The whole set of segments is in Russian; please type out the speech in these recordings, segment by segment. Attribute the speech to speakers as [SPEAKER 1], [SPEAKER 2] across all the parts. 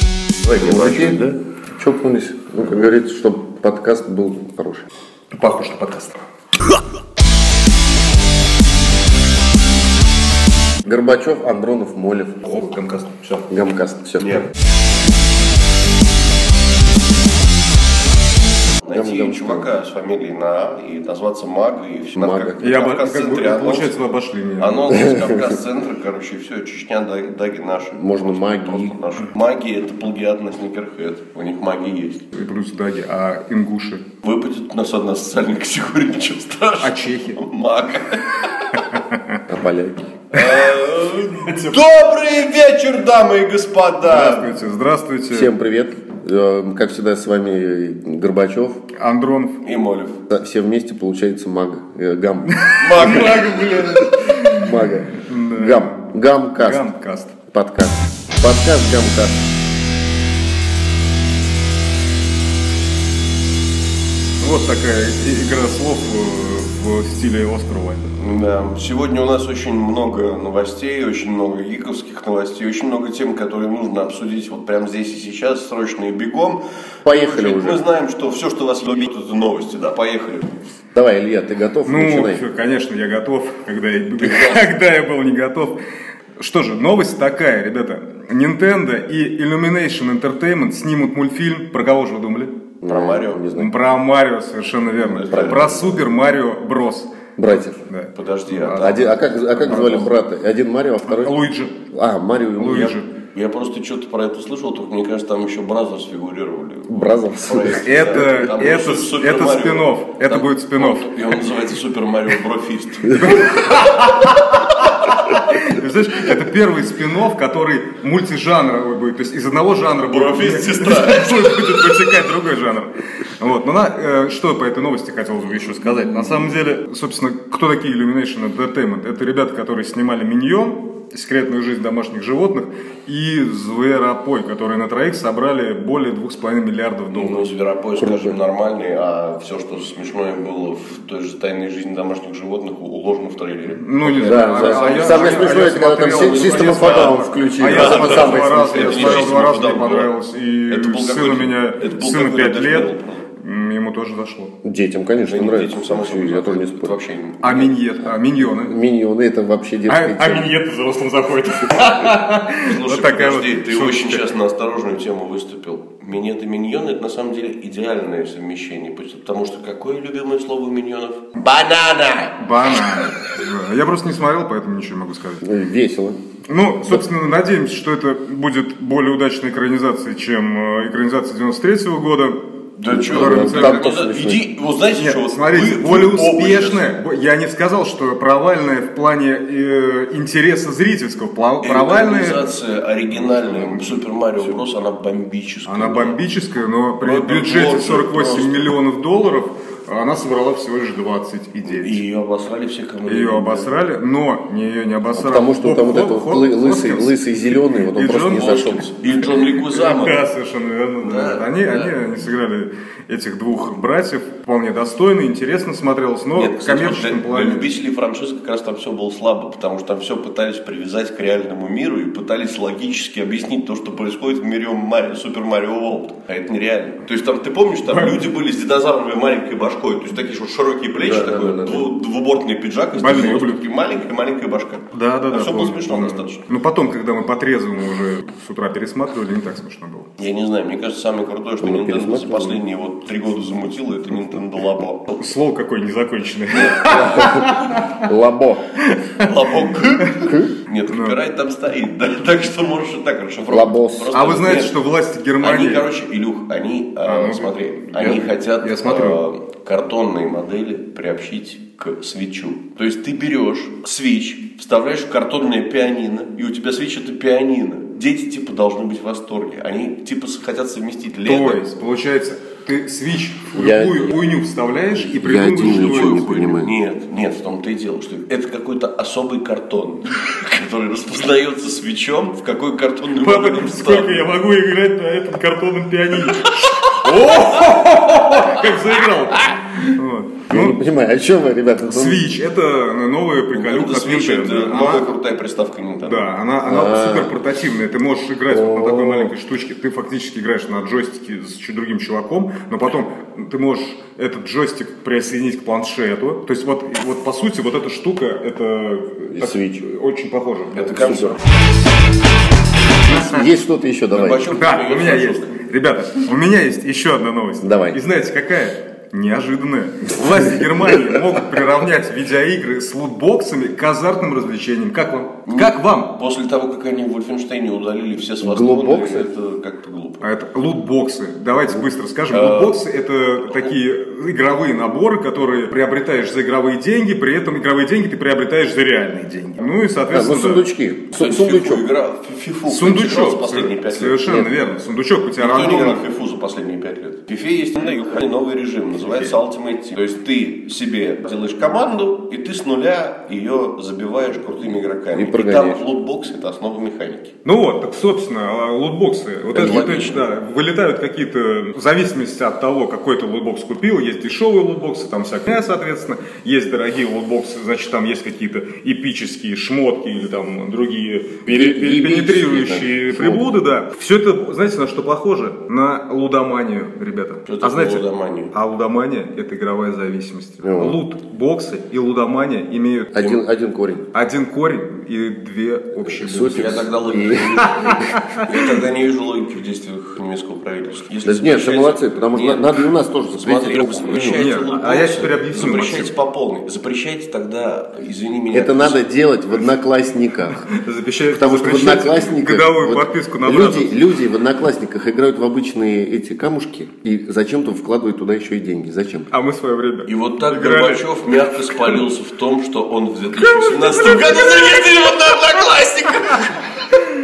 [SPEAKER 1] не
[SPEAKER 2] Мужики,
[SPEAKER 1] плачут, да?
[SPEAKER 2] чокнулись. Ну, как говорится, чтобы подкаст был хороший.
[SPEAKER 1] Паху, что подкаст.
[SPEAKER 2] Горбачев, Андронов, Молев.
[SPEAKER 1] О, Камкаст. Все.
[SPEAKER 2] Гамкаст. Все.
[SPEAKER 1] Нет.
[SPEAKER 2] Гам-
[SPEAKER 3] Найти
[SPEAKER 2] гам-
[SPEAKER 3] чувака с фамилией на А и назваться Мага и все.
[SPEAKER 2] Мага.
[SPEAKER 4] Я бы,
[SPEAKER 3] Кавказ
[SPEAKER 4] как бы,
[SPEAKER 3] центре а
[SPEAKER 4] получается, мы обошли меня.
[SPEAKER 3] Анонс из Кавказ-центра, короче, и все, Чечня, Даги, Даги наши.
[SPEAKER 2] Можно
[SPEAKER 3] Просто
[SPEAKER 2] магии.
[SPEAKER 3] наши. Маги это плагиат на Сникерхед. У них маги есть.
[SPEAKER 4] И плюс даги, а ингуши.
[SPEAKER 3] Выпадет у нас одна социальная категория, ничего страшного.
[SPEAKER 4] А чехи.
[SPEAKER 3] Маг.
[SPEAKER 2] А поляки.
[SPEAKER 3] Добрый вечер, дамы и господа!
[SPEAKER 4] Здравствуйте, здравствуйте.
[SPEAKER 2] Всем привет. Э, Как всегда, с вами Горбачев.
[SPEAKER 4] Андронов.
[SPEAKER 3] И Молев.
[SPEAKER 2] Да, Все вместе получается маг. э, Гам.
[SPEAKER 3] Маг.
[SPEAKER 2] Мага. Гам. Гамкаст.
[SPEAKER 4] Ганкаст.
[SPEAKER 2] Подкаст. Подкаст Гамкаст.
[SPEAKER 4] Вот такая и- игра слов э, в стиле Оскара Уайльда.
[SPEAKER 3] Да, сегодня у нас очень много новостей, очень много гиковских новостей, очень много тем, которые нужно обсудить вот прямо здесь и сейчас, срочно и бегом.
[SPEAKER 2] Поехали
[SPEAKER 3] Ведь Мы
[SPEAKER 2] уже.
[SPEAKER 3] знаем, что все, что вас любит, это новости, да, поехали.
[SPEAKER 2] Давай, Илья, ты готов?
[SPEAKER 4] Ну,
[SPEAKER 2] Начинай.
[SPEAKER 4] всё, конечно, я готов, когда я, когда я был не готов. Что же, новость такая, ребята. Nintendo и Illumination Entertainment снимут мультфильм. Про кого же вы думали?
[SPEAKER 3] Про Марио.
[SPEAKER 2] Ну, Не знаю.
[SPEAKER 4] Про Марио, совершенно верно.
[SPEAKER 3] Правильно.
[SPEAKER 4] Про Супер Марио Брос.
[SPEAKER 2] Братьев.
[SPEAKER 4] Да.
[SPEAKER 3] Подожди, а там-
[SPEAKER 2] Один- а как, а как звали брата? Один Марио, а второй...
[SPEAKER 4] Луиджи.
[SPEAKER 2] А, Марио и
[SPEAKER 4] Луиджи.
[SPEAKER 3] я просто что-то про это слышал, только мне кажется, там еще Бразерс фигурировали.
[SPEAKER 2] Бразерс.
[SPEAKER 3] Про эти,
[SPEAKER 4] Это-
[SPEAKER 3] да, там
[SPEAKER 4] это-
[SPEAKER 3] су- Супер
[SPEAKER 4] это
[SPEAKER 3] Марио.
[SPEAKER 4] спин-офф, это
[SPEAKER 3] Там-
[SPEAKER 4] будет спин-офф.
[SPEAKER 3] И он называется Супер Марио Брофист.
[SPEAKER 4] Ты знаешь, это первый спин который мультижанровый будет. То есть из одного жанра будет,
[SPEAKER 3] Брофист сестра.
[SPEAKER 4] будет вытекать другой жанр. Вот. Но на- э, что по этой новости хотелось бы еще сказать. На самом деле, собственно, кто такие Illumination Entertainment? Это ребята, которые снимали «Миньон», «Секретную жизнь домашних животных» и «Зверопой», которые на троих собрали более 2,5 миллиардов долларов.
[SPEAKER 3] Ну, зверопой, скажем, нормальный, а все, что смешное было в той же тайной жизни домашних животных, уложено в трейлере.
[SPEAKER 4] Ну, не
[SPEAKER 2] Да,
[SPEAKER 4] знаю. а-
[SPEAKER 2] да.
[SPEAKER 4] а я-
[SPEAKER 2] Самое
[SPEAKER 4] а я
[SPEAKER 2] смешное, это когда там
[SPEAKER 4] смотрел,
[SPEAKER 2] Си-
[SPEAKER 4] и-
[SPEAKER 2] System of a Down включили.
[SPEAKER 4] А я
[SPEAKER 2] Это
[SPEAKER 4] смотрел
[SPEAKER 2] самое
[SPEAKER 4] два раза, я
[SPEAKER 2] смешное.
[SPEAKER 4] смотрел два раза, мне
[SPEAKER 3] Это был
[SPEAKER 4] понравилось. И
[SPEAKER 3] какой-то-
[SPEAKER 4] сын у меня,
[SPEAKER 3] это был
[SPEAKER 4] сыну
[SPEAKER 3] какой-то
[SPEAKER 4] 5 лет,
[SPEAKER 3] дашборд.
[SPEAKER 4] м, ему тоже зашло.
[SPEAKER 2] Детям, конечно,
[SPEAKER 3] Да не
[SPEAKER 2] нравится.
[SPEAKER 3] детям, само собой,
[SPEAKER 2] Я тоже не
[SPEAKER 3] это
[SPEAKER 2] спорю.
[SPEAKER 3] Вообще не-
[SPEAKER 4] А миньет, а миньоны.
[SPEAKER 2] Миньоны это вообще
[SPEAKER 4] А,
[SPEAKER 2] детская
[SPEAKER 4] а
[SPEAKER 2] тема.
[SPEAKER 4] миньет взрослым заходит.
[SPEAKER 3] Слушай,
[SPEAKER 4] Вот такая
[SPEAKER 3] подожди,
[SPEAKER 4] вот
[SPEAKER 3] ты
[SPEAKER 4] шуточка.
[SPEAKER 3] очень сейчас на осторожную тему выступил. Минет и миньон это на самом деле идеальное совмещение, потому что какое любимое слово у миньонов? Банана!
[SPEAKER 4] Банан. Да, Я просто не смотрел, поэтому ничего не могу сказать.
[SPEAKER 2] Э, Весело.
[SPEAKER 4] Ну, собственно, надеемся, что это будет более удачной экранизацией, чем э, экранизация 93 года.
[SPEAKER 3] Да чё,
[SPEAKER 4] Которая
[SPEAKER 3] вы,
[SPEAKER 4] цель-
[SPEAKER 3] как
[SPEAKER 2] там
[SPEAKER 3] это-
[SPEAKER 2] тоже
[SPEAKER 3] иди, вот знаете,
[SPEAKER 4] ну, Нет,
[SPEAKER 3] что вот
[SPEAKER 4] смотрите,
[SPEAKER 3] вы-
[SPEAKER 4] более
[SPEAKER 3] вы оба
[SPEAKER 4] успешная. бо- Я не сказал, что провальная в плане э, интереса зрительского. пла-
[SPEAKER 3] сейчас-
[SPEAKER 4] Провальная,
[SPEAKER 3] Экранизация оригинальная, Супер Марио Брос, она бомбическая.
[SPEAKER 4] она бомбическая, но при
[SPEAKER 3] Ну, это
[SPEAKER 4] бюджете
[SPEAKER 3] лучше
[SPEAKER 4] 48
[SPEAKER 3] просто.
[SPEAKER 4] миллионов долларов она собрала всего лишь 29.
[SPEAKER 3] И ее обосрали все, кому
[SPEAKER 4] Ее обосрали, но не, ее не обосрали.
[SPEAKER 2] Потому что
[SPEAKER 4] Боб
[SPEAKER 2] там вот
[SPEAKER 4] Хо-
[SPEAKER 2] этот вот
[SPEAKER 4] Хо-
[SPEAKER 2] лы- лысый,
[SPEAKER 4] Хоскинс.
[SPEAKER 2] лысый зеленый, вот он
[SPEAKER 4] И
[SPEAKER 2] просто
[SPEAKER 4] Джон
[SPEAKER 2] не зашел.
[SPEAKER 3] Хоскинс Ну, И Джон Ликузама.
[SPEAKER 4] Да, совершенно верно. да.
[SPEAKER 3] Да,
[SPEAKER 4] Они,
[SPEAKER 3] да.
[SPEAKER 4] Они, они сыграли этих двух братьев вполне достойно, интересно смотрелось, но
[SPEAKER 3] Нет,
[SPEAKER 4] в
[SPEAKER 3] кстати, вот для,
[SPEAKER 4] ну, коммерческом
[SPEAKER 3] для
[SPEAKER 4] плане.
[SPEAKER 3] любителей франшизы как раз там все было слабо, потому что там все пытались привязать к реальному миру и пытались логически объяснить то, что происходит в мире Мари- Супер Марио Волт. А это нереально. То есть там, ты помнишь, там люди были с динозавровой маленькой башкой, то есть такие вот широкие плечи,
[SPEAKER 2] Да, да,
[SPEAKER 3] такой
[SPEAKER 2] да, да,
[SPEAKER 3] дву- двубортный пиджак, из
[SPEAKER 4] Больные
[SPEAKER 3] такого,
[SPEAKER 4] ублюдки.
[SPEAKER 3] такие маленькая-маленькая башка.
[SPEAKER 4] Да, да, да.
[SPEAKER 3] Все А было
[SPEAKER 4] помню,
[SPEAKER 3] смешно
[SPEAKER 4] помню.
[SPEAKER 3] достаточно.
[SPEAKER 4] Но потом, когда мы по трезвому уже с утра пересматривали, не так смешно было.
[SPEAKER 3] Я не знаю, мне кажется, самое крутое, что
[SPEAKER 2] Мы
[SPEAKER 3] Nintendo за
[SPEAKER 2] пересматривали.
[SPEAKER 3] последние вот три года замутило, это Nintendo Labo.
[SPEAKER 4] Слово какое незаконченное.
[SPEAKER 2] Лабо.
[SPEAKER 3] Лобок. Нет,
[SPEAKER 4] Ну.
[SPEAKER 3] копирайт там стоит. да, Так что можешь и так расшифровать.
[SPEAKER 2] Лобос.
[SPEAKER 3] Просто
[SPEAKER 4] А вы знаете,
[SPEAKER 3] нет.
[SPEAKER 4] что власти
[SPEAKER 3] Они,
[SPEAKER 4] Германии...
[SPEAKER 3] короче, Илюх, они, э,
[SPEAKER 4] ну,
[SPEAKER 3] смотри,
[SPEAKER 4] я-
[SPEAKER 3] они хотят
[SPEAKER 4] я смотрю.
[SPEAKER 3] э, картонные модели приобщить к свечу. То есть ты берешь свич, вставляешь в картонное пианино, и у тебя свич это пианино. Дети типа должны быть в восторге. Они типа с- хотят совместить
[SPEAKER 4] То
[SPEAKER 3] лето.
[SPEAKER 4] есть, получается, ты свич в
[SPEAKER 2] Я-
[SPEAKER 4] любую хуйню вставляешь и придумываешь
[SPEAKER 2] один
[SPEAKER 4] свою
[SPEAKER 2] ничего не
[SPEAKER 4] хуйню.
[SPEAKER 2] понимаю.
[SPEAKER 3] Нет, нет, в том-то и дело, что это какой-то особый картон, который распознается свечом, в какой картонный
[SPEAKER 4] Папа,
[SPEAKER 3] модель он
[SPEAKER 4] сколько
[SPEAKER 3] вставлен.
[SPEAKER 4] я могу играть на этом картонном пианино? Как заиграл. Вот.
[SPEAKER 2] Я не понимаю, о чем вы, ребята? Ну,
[SPEAKER 4] Switch это новая приколюха от
[SPEAKER 3] Switch это
[SPEAKER 4] Nintendo.
[SPEAKER 3] новая
[SPEAKER 4] Она-
[SPEAKER 3] крутая приставка Nintendo.
[SPEAKER 4] А? Да, она, она
[SPEAKER 2] Э.
[SPEAKER 4] супер портативная. Ты можешь играть вот на такой маленькой штучке. Ты фактически играешь на джойстике с чуть другим чуваком, но потом ты можешь этот джойстик присоединить к планшету. То есть вот, вот по сути вот эта штука это
[SPEAKER 2] И
[SPEAKER 4] так
[SPEAKER 2] Switch.
[SPEAKER 4] очень похоже.
[SPEAKER 3] Это консоль.
[SPEAKER 2] Есть что-то еще, давай.
[SPEAKER 3] Горбачев
[SPEAKER 4] Да,
[SPEAKER 3] продает
[SPEAKER 4] у меня
[SPEAKER 3] консоль.
[SPEAKER 4] есть. Ребята, у меня есть еще одна новость.
[SPEAKER 2] Давай.
[SPEAKER 4] И знаете, какая? Неожиданная. Власти Германии могут приравнять видеоигры с лутбоксами к азартным развлечениям. Как вам?
[SPEAKER 2] Ну,
[SPEAKER 4] Как вам?
[SPEAKER 3] А После того, как они в Вольфенштейне удалили все свастоны,
[SPEAKER 2] Глубоксы?
[SPEAKER 3] это как-то глупо.
[SPEAKER 4] А это лутбоксы. Давайте быстро скажем.
[SPEAKER 3] Э,
[SPEAKER 4] Лутбоксы это такие игровые наборы, которые приобретаешь за игровые деньги, при этом игровые деньги ты приобретаешь за реальные деньги. Ну и,
[SPEAKER 2] А, ну,
[SPEAKER 4] соответственно, да.
[SPEAKER 2] сундучки. Су-
[SPEAKER 3] Кстати,
[SPEAKER 2] Сундучок.
[SPEAKER 3] Фифу играл, Фи- фифу играл за
[SPEAKER 4] сундучок.
[SPEAKER 3] последние пять лет.
[SPEAKER 4] Совершенно верно. Сундучок у тебя
[SPEAKER 3] Кто не играл
[SPEAKER 4] рандомно.
[SPEAKER 3] в FIFA за последние пять лет? В FIFA есть на Украине новый режим, называется Ultimate Team. То есть ты себе делаешь команду, и ты с нуля ее забиваешь крутыми игроками.
[SPEAKER 2] И прогоняешь.
[SPEAKER 3] там лутбокс – это основа механики.
[SPEAKER 4] Ну вот, так, собственно, а, лутбоксы. Вот
[SPEAKER 3] Это
[SPEAKER 4] это, вот
[SPEAKER 3] логично.
[SPEAKER 4] это, да, вылетают какие-то, в зависимости от того, какой ты лутбокс купил, есть дешевые лутбоксы, там всякая, соответственно, есть дорогие лутбоксы, значит, там есть какие-то эпические шмотки или там другие пере- пере-
[SPEAKER 2] Эпические,
[SPEAKER 4] пенетрирующие
[SPEAKER 2] да,
[SPEAKER 4] приблуды, да. Все это, знаете, на что похоже? На лудоманию, ребята. А
[SPEAKER 3] Что такое
[SPEAKER 4] знаете,
[SPEAKER 3] лудомания? Ну
[SPEAKER 4] А лудомания – это игровая зависимость.
[SPEAKER 2] О.
[SPEAKER 4] Лутбоксы и лудомания имеют
[SPEAKER 2] Один, один корень.
[SPEAKER 4] один корень и две общие буквы.
[SPEAKER 2] Суффикс.
[SPEAKER 3] Я тогда логики не
[SPEAKER 2] И-
[SPEAKER 3] вижу. Я тогда не вижу логики в действиях немецкого правительства. Если
[SPEAKER 2] Да нет,
[SPEAKER 3] запрещается-
[SPEAKER 2] все молодцы, потому что
[SPEAKER 3] Нет.
[SPEAKER 2] надо и у нас тоже
[SPEAKER 3] Смотри,
[SPEAKER 2] запретить.
[SPEAKER 3] запрещайте
[SPEAKER 4] Нет, а
[SPEAKER 3] лутбоксы,
[SPEAKER 4] я теперь объясню,
[SPEAKER 3] Запрещайте по полной. Запрещайте тогда, извини меня.
[SPEAKER 2] Ну, Это надо делать в одноклассниках.
[SPEAKER 4] Запрещают,
[SPEAKER 2] Потому что в
[SPEAKER 4] запрещают
[SPEAKER 2] одноклассниках...
[SPEAKER 4] годовую
[SPEAKER 2] вот
[SPEAKER 4] подписку на
[SPEAKER 2] люди,
[SPEAKER 4] Бразос.
[SPEAKER 2] люди в одноклассниках играют в обычные эти камушки и зачем-то вкладывают туда еще и деньги. Зачем?
[SPEAKER 4] А мы в свое время.
[SPEAKER 3] И вот так
[SPEAKER 4] Играли.
[SPEAKER 3] Горбачев мягко спалился в том, что он в 2018 году зарегистрирован на одноклассниках.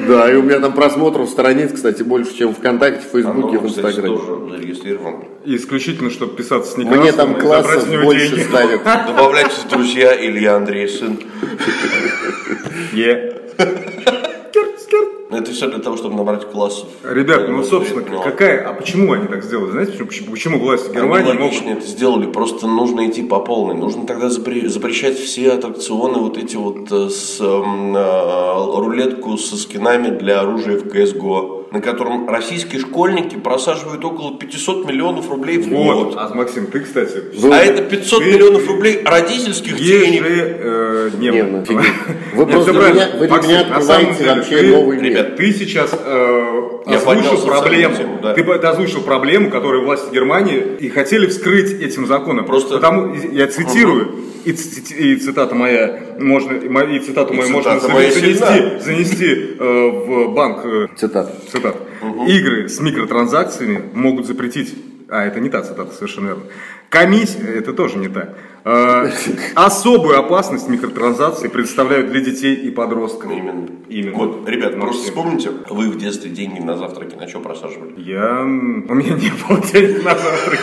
[SPEAKER 2] Да, и у меня там просмотров страниц, кстати, больше, чем ВКонтакте, в Фейсбуке, в
[SPEAKER 3] Он, А, ну, кстати,
[SPEAKER 2] Инстаграме.
[SPEAKER 3] тоже зарегистрирован.
[SPEAKER 4] И исключительно, чтобы писаться с Некрасовым
[SPEAKER 2] Мне там
[SPEAKER 4] и
[SPEAKER 2] классов
[SPEAKER 4] забрать у него
[SPEAKER 2] больше
[SPEAKER 4] деньги.
[SPEAKER 2] ставят.
[SPEAKER 3] Добавляйтесь, в друзья, Илья Андрей, сын.
[SPEAKER 4] Е.
[SPEAKER 3] Ну, Это все для того, чтобы набрать классов.
[SPEAKER 4] Ребят, ну
[SPEAKER 3] Вот,
[SPEAKER 4] собственно,
[SPEAKER 3] ну,
[SPEAKER 4] какая, а почему они так сделали? Знаете, почему- почему, почему власти
[SPEAKER 3] они
[SPEAKER 4] Германии
[SPEAKER 3] логично
[SPEAKER 4] могут...
[SPEAKER 3] это сделали, просто нужно идти по полной. Нужно тогда запре- запрещать все аттракционы, вот эти вот э, с эм, э, рулетку со скинами для оружия в CSGO, на котором российские школьники просаживают около 500 миллионов рублей в
[SPEAKER 4] Вот,
[SPEAKER 3] год.
[SPEAKER 4] а Максим, ты, кстати,
[SPEAKER 3] А это 500
[SPEAKER 4] Ты-
[SPEAKER 3] миллионов рублей родительских денег.
[SPEAKER 4] э, ежедневно.
[SPEAKER 2] Дневно. ну, Вы
[SPEAKER 4] Нет,
[SPEAKER 2] просто
[SPEAKER 4] всё правильно.
[SPEAKER 2] меня- вы для
[SPEAKER 4] Максим,
[SPEAKER 2] меня
[SPEAKER 4] на самом
[SPEAKER 2] открываете
[SPEAKER 4] деле,
[SPEAKER 2] вообще
[SPEAKER 4] ты-
[SPEAKER 2] новый мир.
[SPEAKER 3] Ребят,
[SPEAKER 4] Ты сейчас э,
[SPEAKER 3] Я поднял
[SPEAKER 4] озвучил
[SPEAKER 3] социальную
[SPEAKER 4] проблему.
[SPEAKER 3] тему, да.
[SPEAKER 4] Ты по- ты озвучил проблему, которую власти Германии и хотели вскрыть этим законом.
[SPEAKER 3] Просто-
[SPEAKER 4] Потому, и- я цитирую, и, ци- ци- и цитата моя можно, и мо- и цитату мою можно
[SPEAKER 3] цитата моя
[SPEAKER 4] за-
[SPEAKER 3] сильна.
[SPEAKER 4] занести, занести, э, в банк э,
[SPEAKER 2] Цитата.
[SPEAKER 4] цитат. Игры с микротранзакциями могут запретить. А, это не та цитата, совершенно верно. Комиссия, это тоже не та. Э, особую опасность микротранзакции представляют для детей и подростков.
[SPEAKER 3] Именно.
[SPEAKER 4] Именно.
[SPEAKER 3] Вот, ребят,
[SPEAKER 4] Максим.
[SPEAKER 3] просто вспомните, вы в детстве деньги на завтраки на что просаживали?
[SPEAKER 4] Я... м, У меня не было денег на завтрак.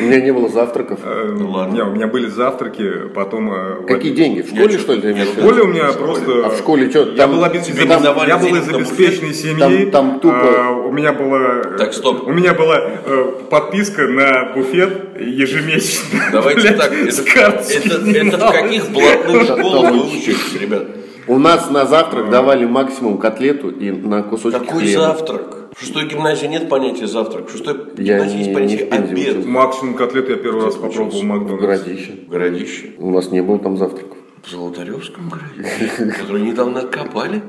[SPEAKER 2] У меня не было завтраков.
[SPEAKER 3] А,
[SPEAKER 4] Э,
[SPEAKER 3] ладно.
[SPEAKER 4] не, У меня были завтраки, потом... э, в
[SPEAKER 2] Какие деньги? В школе,
[SPEAKER 3] чё-
[SPEAKER 2] что ли, ты имеешь
[SPEAKER 4] В
[SPEAKER 2] в
[SPEAKER 3] я-
[SPEAKER 2] виду?
[SPEAKER 4] школе у меня просто...
[SPEAKER 2] А в школе чё,
[SPEAKER 4] Я
[SPEAKER 2] там
[SPEAKER 4] был, обез-
[SPEAKER 3] тебе
[SPEAKER 4] из-
[SPEAKER 3] не давали
[SPEAKER 4] я был
[SPEAKER 3] денег
[SPEAKER 4] из
[SPEAKER 3] на
[SPEAKER 4] обеспеченной семьи.
[SPEAKER 2] Там- там тупо-
[SPEAKER 4] а, у меня была... э,
[SPEAKER 3] Так, стоп.
[SPEAKER 4] У меня была э, подписка на буфет ежемесячно.
[SPEAKER 3] Давайте
[SPEAKER 4] Блядь,
[SPEAKER 3] так,
[SPEAKER 4] с
[SPEAKER 3] это,
[SPEAKER 4] карточки
[SPEAKER 3] это- это в
[SPEAKER 4] снималось.
[SPEAKER 3] каких блатных
[SPEAKER 2] Шатало.
[SPEAKER 3] школах вы учитесь, ребят?
[SPEAKER 2] У нас на завтрак давали максимум котлету и на кусочек
[SPEAKER 3] А. Какой
[SPEAKER 2] хлеба.
[SPEAKER 3] завтрак? В шестой гимназии нет понятия завтрак. В шестой
[SPEAKER 2] Я
[SPEAKER 3] гимназии есть
[SPEAKER 2] не-
[SPEAKER 3] понятие
[SPEAKER 2] не в Пензе
[SPEAKER 3] обед.
[SPEAKER 2] учился.
[SPEAKER 4] Максимум котлет я первый раз
[SPEAKER 3] ты
[SPEAKER 4] попробовал в
[SPEAKER 3] учился?
[SPEAKER 2] В
[SPEAKER 4] Макдональдсе.
[SPEAKER 2] городище.
[SPEAKER 3] В городище.
[SPEAKER 2] У нас не было там завтраков.
[SPEAKER 3] В Золотаревском городище, который недавно откопали.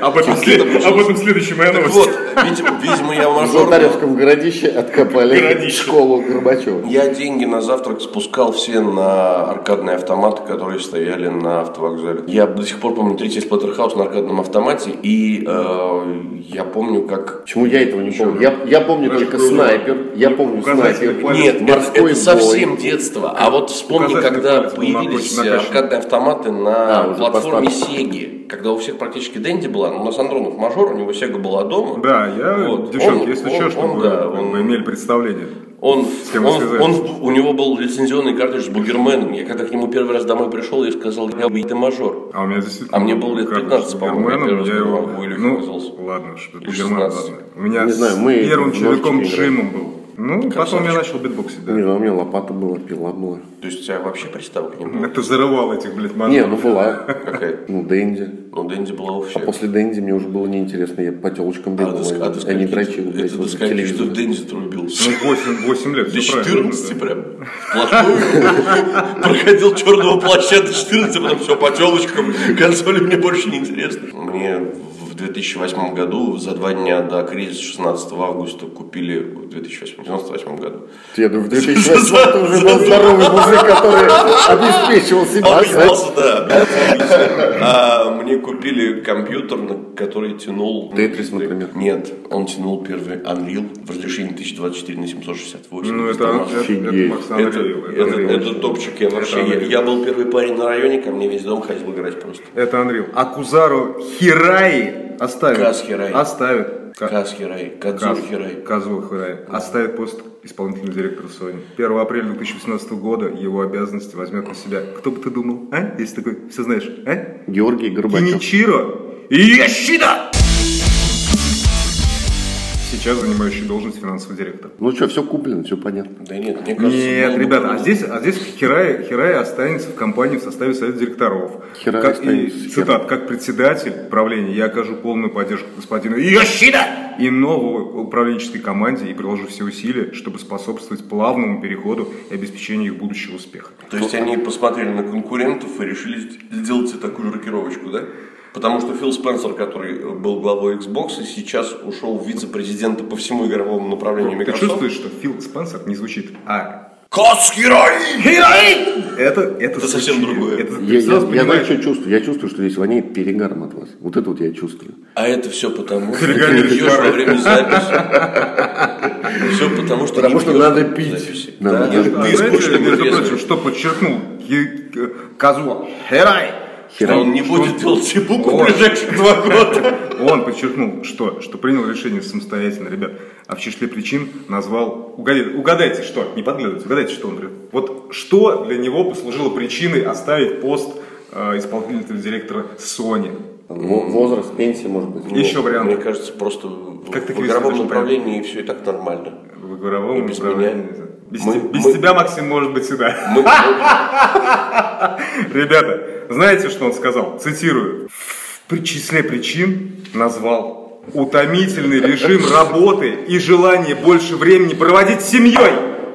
[SPEAKER 4] Об этом след- об этом следующая моя
[SPEAKER 3] Так
[SPEAKER 4] новость.
[SPEAKER 3] вот, видимо, видимо, я
[SPEAKER 2] В
[SPEAKER 3] мажор. был.
[SPEAKER 2] Золотаревском городище откопали
[SPEAKER 4] Городище.
[SPEAKER 2] школу Горбачева.
[SPEAKER 3] Я деньги на завтрак спускал все на аркадные автоматы, которые стояли на автовокзале. Я до сих пор помню третий Сплаттерхаус на аркадном автомате, и э, я помню, как
[SPEAKER 2] Почему я этого не помню? Я, я помню
[SPEAKER 4] Даже
[SPEAKER 2] только
[SPEAKER 4] было.
[SPEAKER 2] снайпер. Я помню
[SPEAKER 4] Указатель
[SPEAKER 2] снайпер.
[SPEAKER 4] пальцем.
[SPEAKER 3] Нет, это,
[SPEAKER 2] морской
[SPEAKER 3] это совсем детство. А вот вспомни,
[SPEAKER 4] Указательный
[SPEAKER 3] когда
[SPEAKER 4] палец был
[SPEAKER 3] появились
[SPEAKER 4] накачан.
[SPEAKER 3] э, аркадные автоматы на
[SPEAKER 2] А, уже
[SPEAKER 3] платформе
[SPEAKER 2] поставлен.
[SPEAKER 3] Сеги, когда у всех практически Дэнди была, но у нас Андронов мажор, у него Сега была дома.
[SPEAKER 4] Да, я,
[SPEAKER 3] Вот.
[SPEAKER 4] девчонки,
[SPEAKER 3] Он-
[SPEAKER 4] если
[SPEAKER 3] он-
[SPEAKER 4] что, чтобы
[SPEAKER 3] он,
[SPEAKER 4] вы
[SPEAKER 3] да,
[SPEAKER 4] как
[SPEAKER 3] он-
[SPEAKER 4] бы имели представление.
[SPEAKER 3] Он,
[SPEAKER 4] кем
[SPEAKER 3] он-
[SPEAKER 4] связались?
[SPEAKER 3] он в- у него был лицензионный картридж с бугерменом. Я когда к нему первый раз домой пришел, я сказал, я бы это мажор.
[SPEAKER 4] А у меня действительно...
[SPEAKER 3] А мне было лет
[SPEAKER 4] как
[SPEAKER 3] 15, по-моему, я
[SPEAKER 4] Германом,
[SPEAKER 3] первый
[SPEAKER 4] я
[SPEAKER 3] раз
[SPEAKER 4] его...
[SPEAKER 3] Германом в Уэльфе
[SPEAKER 4] Ну,
[SPEAKER 3] оказался.
[SPEAKER 4] ладно, что
[SPEAKER 3] Или
[SPEAKER 4] Герман,
[SPEAKER 3] 16.
[SPEAKER 4] ладно. У меня
[SPEAKER 2] Не знаю,
[SPEAKER 4] с
[SPEAKER 2] мы
[SPEAKER 4] первым
[SPEAKER 2] в ножички
[SPEAKER 4] человеком
[SPEAKER 2] играли.
[SPEAKER 4] Джимом был. Ну, потом я начал битбоксить, да.
[SPEAKER 2] Не знаю, у меня лопата была, пила была.
[SPEAKER 3] То есть у тебя вообще приставок не было?
[SPEAKER 4] Это зарывал этих, блядь,
[SPEAKER 3] А.
[SPEAKER 4] монахов.
[SPEAKER 2] Не, ну была.
[SPEAKER 3] Какая?
[SPEAKER 2] Ну, Дэнди.
[SPEAKER 3] Ну, Дэнди была
[SPEAKER 2] А
[SPEAKER 3] вообще.
[SPEAKER 2] после Дэнди мне уже было неинтересно, я по телочкам
[SPEAKER 3] А
[SPEAKER 2] бегал.
[SPEAKER 3] ты, а ты
[SPEAKER 2] я не
[SPEAKER 3] скольки-
[SPEAKER 2] дрочил,
[SPEAKER 3] это
[SPEAKER 2] блядь,
[SPEAKER 3] ты
[SPEAKER 2] возле
[SPEAKER 3] скольки, что в
[SPEAKER 2] телевизора.
[SPEAKER 3] Дэнди трубился?
[SPEAKER 4] Ну, 8, 8 лет,
[SPEAKER 3] До
[SPEAKER 4] все правильно.
[SPEAKER 3] 14 прям. Вплотную. Проходил черного плаща до 14, потом все по телочкам. Консоли мне больше не интересно. Мне в 2008 году, за два дня до кризиса 16 августа, купили в 2008 98 году.
[SPEAKER 2] Я думаю, в 2008 уже был здоровый мужик, который обеспечивал себя. знаешь.
[SPEAKER 3] Объебался, да. объебался. А, Мне купили компьютер, на который тянул...
[SPEAKER 2] Тетрис, например.
[SPEAKER 3] Нет, он тянул первый Unreal в разрешении 1024 на 768.
[SPEAKER 4] Ну, это, это, это
[SPEAKER 2] Офигеть.
[SPEAKER 4] Макс
[SPEAKER 3] Это,
[SPEAKER 4] Андреев.
[SPEAKER 3] это- это топчик, я вообще, я,
[SPEAKER 4] Unreal.
[SPEAKER 3] я был первый парень на районе, ко мне весь дом ходил играть просто.
[SPEAKER 4] Это Unreal. А Кузару Хираи оставит.
[SPEAKER 3] Каз Хираи.
[SPEAKER 4] Оставит. Ка-
[SPEAKER 3] Каз Хирай, Кадзур Хирай.
[SPEAKER 4] Казу Хирай. Оставит пост исполнительного директора Sony. 1 апреля 2018 года его обязанности возьмет на себя. Кто бы ты думал, а? Если такой, все знаешь, а?
[SPEAKER 2] Георгий Горбачев.
[SPEAKER 4] Киничиро Ящида! Сейчас занимающий должность финансового директора.
[SPEAKER 2] Ну что, все куплено, все понятно.
[SPEAKER 3] Да нет, мне кажется... было
[SPEAKER 4] Нет,
[SPEAKER 3] бы
[SPEAKER 4] ребята, а
[SPEAKER 3] круто.
[SPEAKER 4] здесь, а здесь Хирай, Хирай останется в компании в составе совета директоров.
[SPEAKER 2] Хирай
[SPEAKER 4] как, и,
[SPEAKER 2] останется,
[SPEAKER 4] цитат, как председатель правления я окажу полную поддержку господину Йошида и новой управленческой команде и приложу все усилия, чтобы способствовать плавному переходу и обеспечению их будущего успеха.
[SPEAKER 3] То есть
[SPEAKER 2] Ну,
[SPEAKER 3] они посмотрели на конкурентов и решили сделать себе такую же рокировочку, да? Потому что Фил Спенсер, который э, был главой Xbox, и сейчас ушел в вице-президента по всему игровому направлению
[SPEAKER 2] Ну,
[SPEAKER 4] Ты
[SPEAKER 3] Microsoft.
[SPEAKER 4] чувствуешь, что Фил Спенсер не звучит «А».
[SPEAKER 3] Каз Хирай!
[SPEAKER 4] Это, это,
[SPEAKER 3] Это совсем
[SPEAKER 4] звучит.
[SPEAKER 3] другое.
[SPEAKER 4] Это, ты
[SPEAKER 2] Я, я,
[SPEAKER 4] сразу
[SPEAKER 2] я
[SPEAKER 4] понимаешь,
[SPEAKER 2] знаю, что чувствую. Я чувствую, что здесь воняет перегаром от вас. Вот это вот я чувствую.
[SPEAKER 3] А это все потому, что ты
[SPEAKER 4] Хулиганили
[SPEAKER 3] не пьешь во
[SPEAKER 4] пары.
[SPEAKER 3] время записи. Все потому, что
[SPEAKER 2] Потому
[SPEAKER 3] не
[SPEAKER 2] что
[SPEAKER 3] пьешь
[SPEAKER 2] надо
[SPEAKER 3] во время
[SPEAKER 2] пить.
[SPEAKER 3] записи.
[SPEAKER 2] Надо
[SPEAKER 3] Да,
[SPEAKER 2] надо
[SPEAKER 3] Ты
[SPEAKER 2] пить.
[SPEAKER 4] знаете,
[SPEAKER 3] скучный,
[SPEAKER 4] между
[SPEAKER 3] интересный.
[SPEAKER 4] прочим, что подчеркнул Ки- К- Казуо Хирай.
[SPEAKER 3] Что он не
[SPEAKER 4] Что-
[SPEAKER 3] будет делать сибуку в
[SPEAKER 4] Вот.
[SPEAKER 3] ближайшие два года.
[SPEAKER 4] Он подчеркнул, что, что принял решение самостоятельно, ребят. А в числе причин назвал... Угадайте, угадайте что? Не подглядывайте, угадайте, что он говорит. Вот что для него послужило причиной оставить пост э, исполнительного директора Sony?
[SPEAKER 2] Во- Возраст, пенсия, может быть.
[SPEAKER 4] Еще
[SPEAKER 3] Мне
[SPEAKER 4] вариант.
[SPEAKER 3] кажется, просто
[SPEAKER 4] Как ты,
[SPEAKER 3] в
[SPEAKER 4] Крис,
[SPEAKER 3] игровом
[SPEAKER 4] даже
[SPEAKER 3] направлении все и так нормально.
[SPEAKER 4] В игровом
[SPEAKER 3] И без
[SPEAKER 4] управлении.
[SPEAKER 3] меня.
[SPEAKER 4] Без,
[SPEAKER 3] Мы-
[SPEAKER 4] те- без
[SPEAKER 3] мы-
[SPEAKER 4] тебя, Максим, может быть, сюда.
[SPEAKER 3] Мы- мы-
[SPEAKER 4] Ребята, знаете, что он сказал? Цитирую. В числе причин назвал утомительный режим работы и желание больше времени проводить с семьей.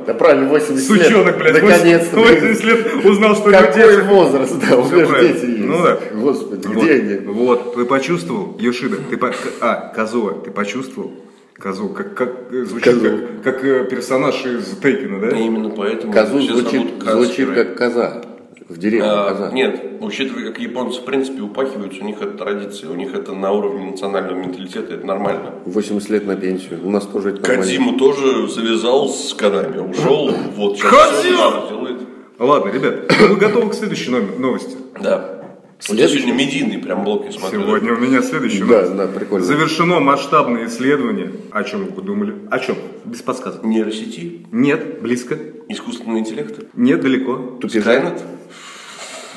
[SPEAKER 2] Да правильно, 80
[SPEAKER 4] Сучонок, блядь,
[SPEAKER 2] лет. Наконец-то.
[SPEAKER 4] 80
[SPEAKER 2] блин.
[SPEAKER 4] лет узнал, что у него
[SPEAKER 2] Какой
[SPEAKER 4] дети.
[SPEAKER 2] возраст, да, у
[SPEAKER 4] Всё
[SPEAKER 2] меня же
[SPEAKER 4] правильно.
[SPEAKER 2] дети есть.
[SPEAKER 4] Ну да.
[SPEAKER 2] Господи,
[SPEAKER 4] Вот,
[SPEAKER 2] где они?
[SPEAKER 4] Вот, ты почувствовал, Йошида, ты по... А, Козова, ты почувствовал? Козу, как, как э, звучит,
[SPEAKER 2] Козу.
[SPEAKER 4] как, как, э, персонаж из Тейкина, да?
[SPEAKER 3] И Именно поэтому
[SPEAKER 2] Козу
[SPEAKER 3] все
[SPEAKER 2] звучит,
[SPEAKER 3] зовут Каз
[SPEAKER 2] звучит
[SPEAKER 3] Хирай.
[SPEAKER 2] как коза. В деревне
[SPEAKER 3] А,
[SPEAKER 4] Э,
[SPEAKER 2] коза.
[SPEAKER 3] Нет, учитывая, как японцы в принципе упахиваются, у них это традиция, у них это на уровне национального менталитета, это нормально.
[SPEAKER 2] 80 лет на пенсию. У нас тоже это нормально.
[SPEAKER 3] Кадзиму тоже завязал с канами, ушел, вот сейчас
[SPEAKER 4] Кодзима!
[SPEAKER 3] всё делает.
[SPEAKER 4] Ладно, ребят, мы готовы к следующей номер- новости.
[SPEAKER 3] Да. Я
[SPEAKER 2] Следующий.
[SPEAKER 3] сегодня медийный прям блок я смотрю.
[SPEAKER 4] Сегодня у меня следующая
[SPEAKER 2] Да,
[SPEAKER 4] новость.
[SPEAKER 2] да, прикольно.
[SPEAKER 4] Завершено масштабное исследование. О чем вы думали? О чем? Без подсказок.
[SPEAKER 3] Нейросети,
[SPEAKER 4] Нет, близко.
[SPEAKER 3] искусственный интеллект,
[SPEAKER 4] Нет, далеко.
[SPEAKER 3] Скайнет.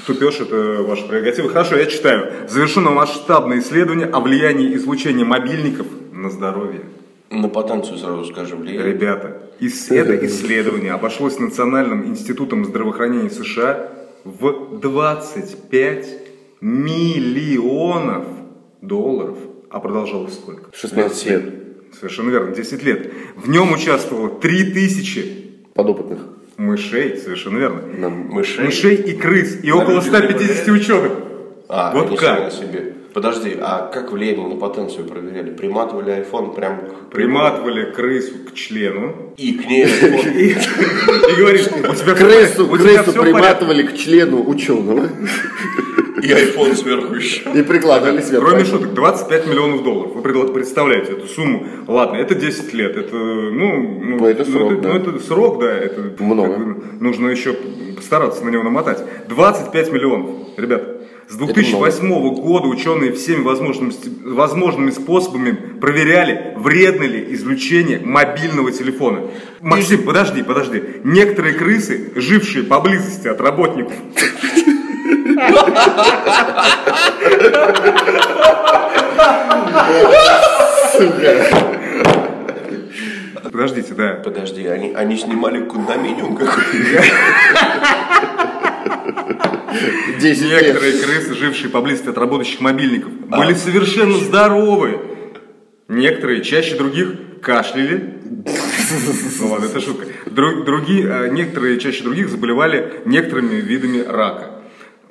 [SPEAKER 4] Тупеж – это ваши прерогативы. Хорошо, я читаю. Завершено масштабное исследование о влиянии излучения мобильников на здоровье.
[SPEAKER 3] На потенцию сразу скажу влияет.
[SPEAKER 4] Ребята, ис- это исследование обошлось Национальным институтом здравоохранения США в 25 миллионов долларов. А продолжалось сколько?
[SPEAKER 2] 16 лет
[SPEAKER 4] Совершенно верно, 10 лет. В нем участвовало 3000
[SPEAKER 2] подопытных.
[SPEAKER 4] мышей, совершенно верно.
[SPEAKER 2] Нам.
[SPEAKER 3] Мышей.
[SPEAKER 4] Мышей и крыс, и
[SPEAKER 3] На
[SPEAKER 4] около
[SPEAKER 3] людей не
[SPEAKER 4] 150
[SPEAKER 3] проверяли?
[SPEAKER 4] ученых.
[SPEAKER 3] А,
[SPEAKER 4] Вот
[SPEAKER 3] они
[SPEAKER 4] как?
[SPEAKER 3] сами на себе. Подожди, а как влияние на потенцию проверяли? Приматывали iPhone прям к-
[SPEAKER 4] Приматывали крысу к члену
[SPEAKER 3] и к ней iPhone.
[SPEAKER 4] и, и говоришь, у тебя
[SPEAKER 2] Крысу,
[SPEAKER 4] у тебя
[SPEAKER 2] крысу
[SPEAKER 4] всё в порядке?»
[SPEAKER 2] приматывали к члену ученого
[SPEAKER 3] и iPhone сверху еще.
[SPEAKER 2] и прикладывали сверху.
[SPEAKER 4] Кроме шуток, 25 миллионов долларов. Вы предла- представляете эту сумму? Ладно, это 10 лет. Это, ну, ну,
[SPEAKER 2] Ну, это срок,
[SPEAKER 4] это,
[SPEAKER 2] да.
[SPEAKER 4] ну, это срок, да. Это
[SPEAKER 2] Много.
[SPEAKER 4] как бы нужно еще постараться на него намотать. 25 миллионов, ребят. С 2008 года ученые всеми возможными, возможными способами проверяли, вредно ли излучение мобильного телефона. Максим, подожди, подожди. Некоторые крысы, жившие поблизости от работников Подождите, да.
[SPEAKER 3] Подожди, они, они снимали кондоминиум какой-то?
[SPEAKER 2] 10 лет.
[SPEAKER 4] Некоторые крысы, жившие поблизости от работающих мобильников, были совершенно здоровы. Некоторые чаще других кашляли. Ну ладно, это шутка. Друг- другие, э, некоторые чаще других заболевали некоторыми видами рака.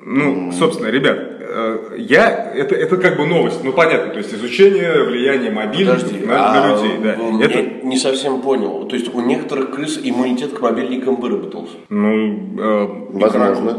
[SPEAKER 4] Ну, собственно, ребят, э, я это, это как бы новость, ну понятно, то есть изучение влияния мобильников
[SPEAKER 3] Подожди,
[SPEAKER 4] на, на
[SPEAKER 3] а,
[SPEAKER 4] людей, да.
[SPEAKER 3] ну, Я
[SPEAKER 4] Это,
[SPEAKER 3] не совсем понял. То есть у некоторых крыс иммунитет к мобильникам выработался.
[SPEAKER 4] ну, э,
[SPEAKER 2] Возможно.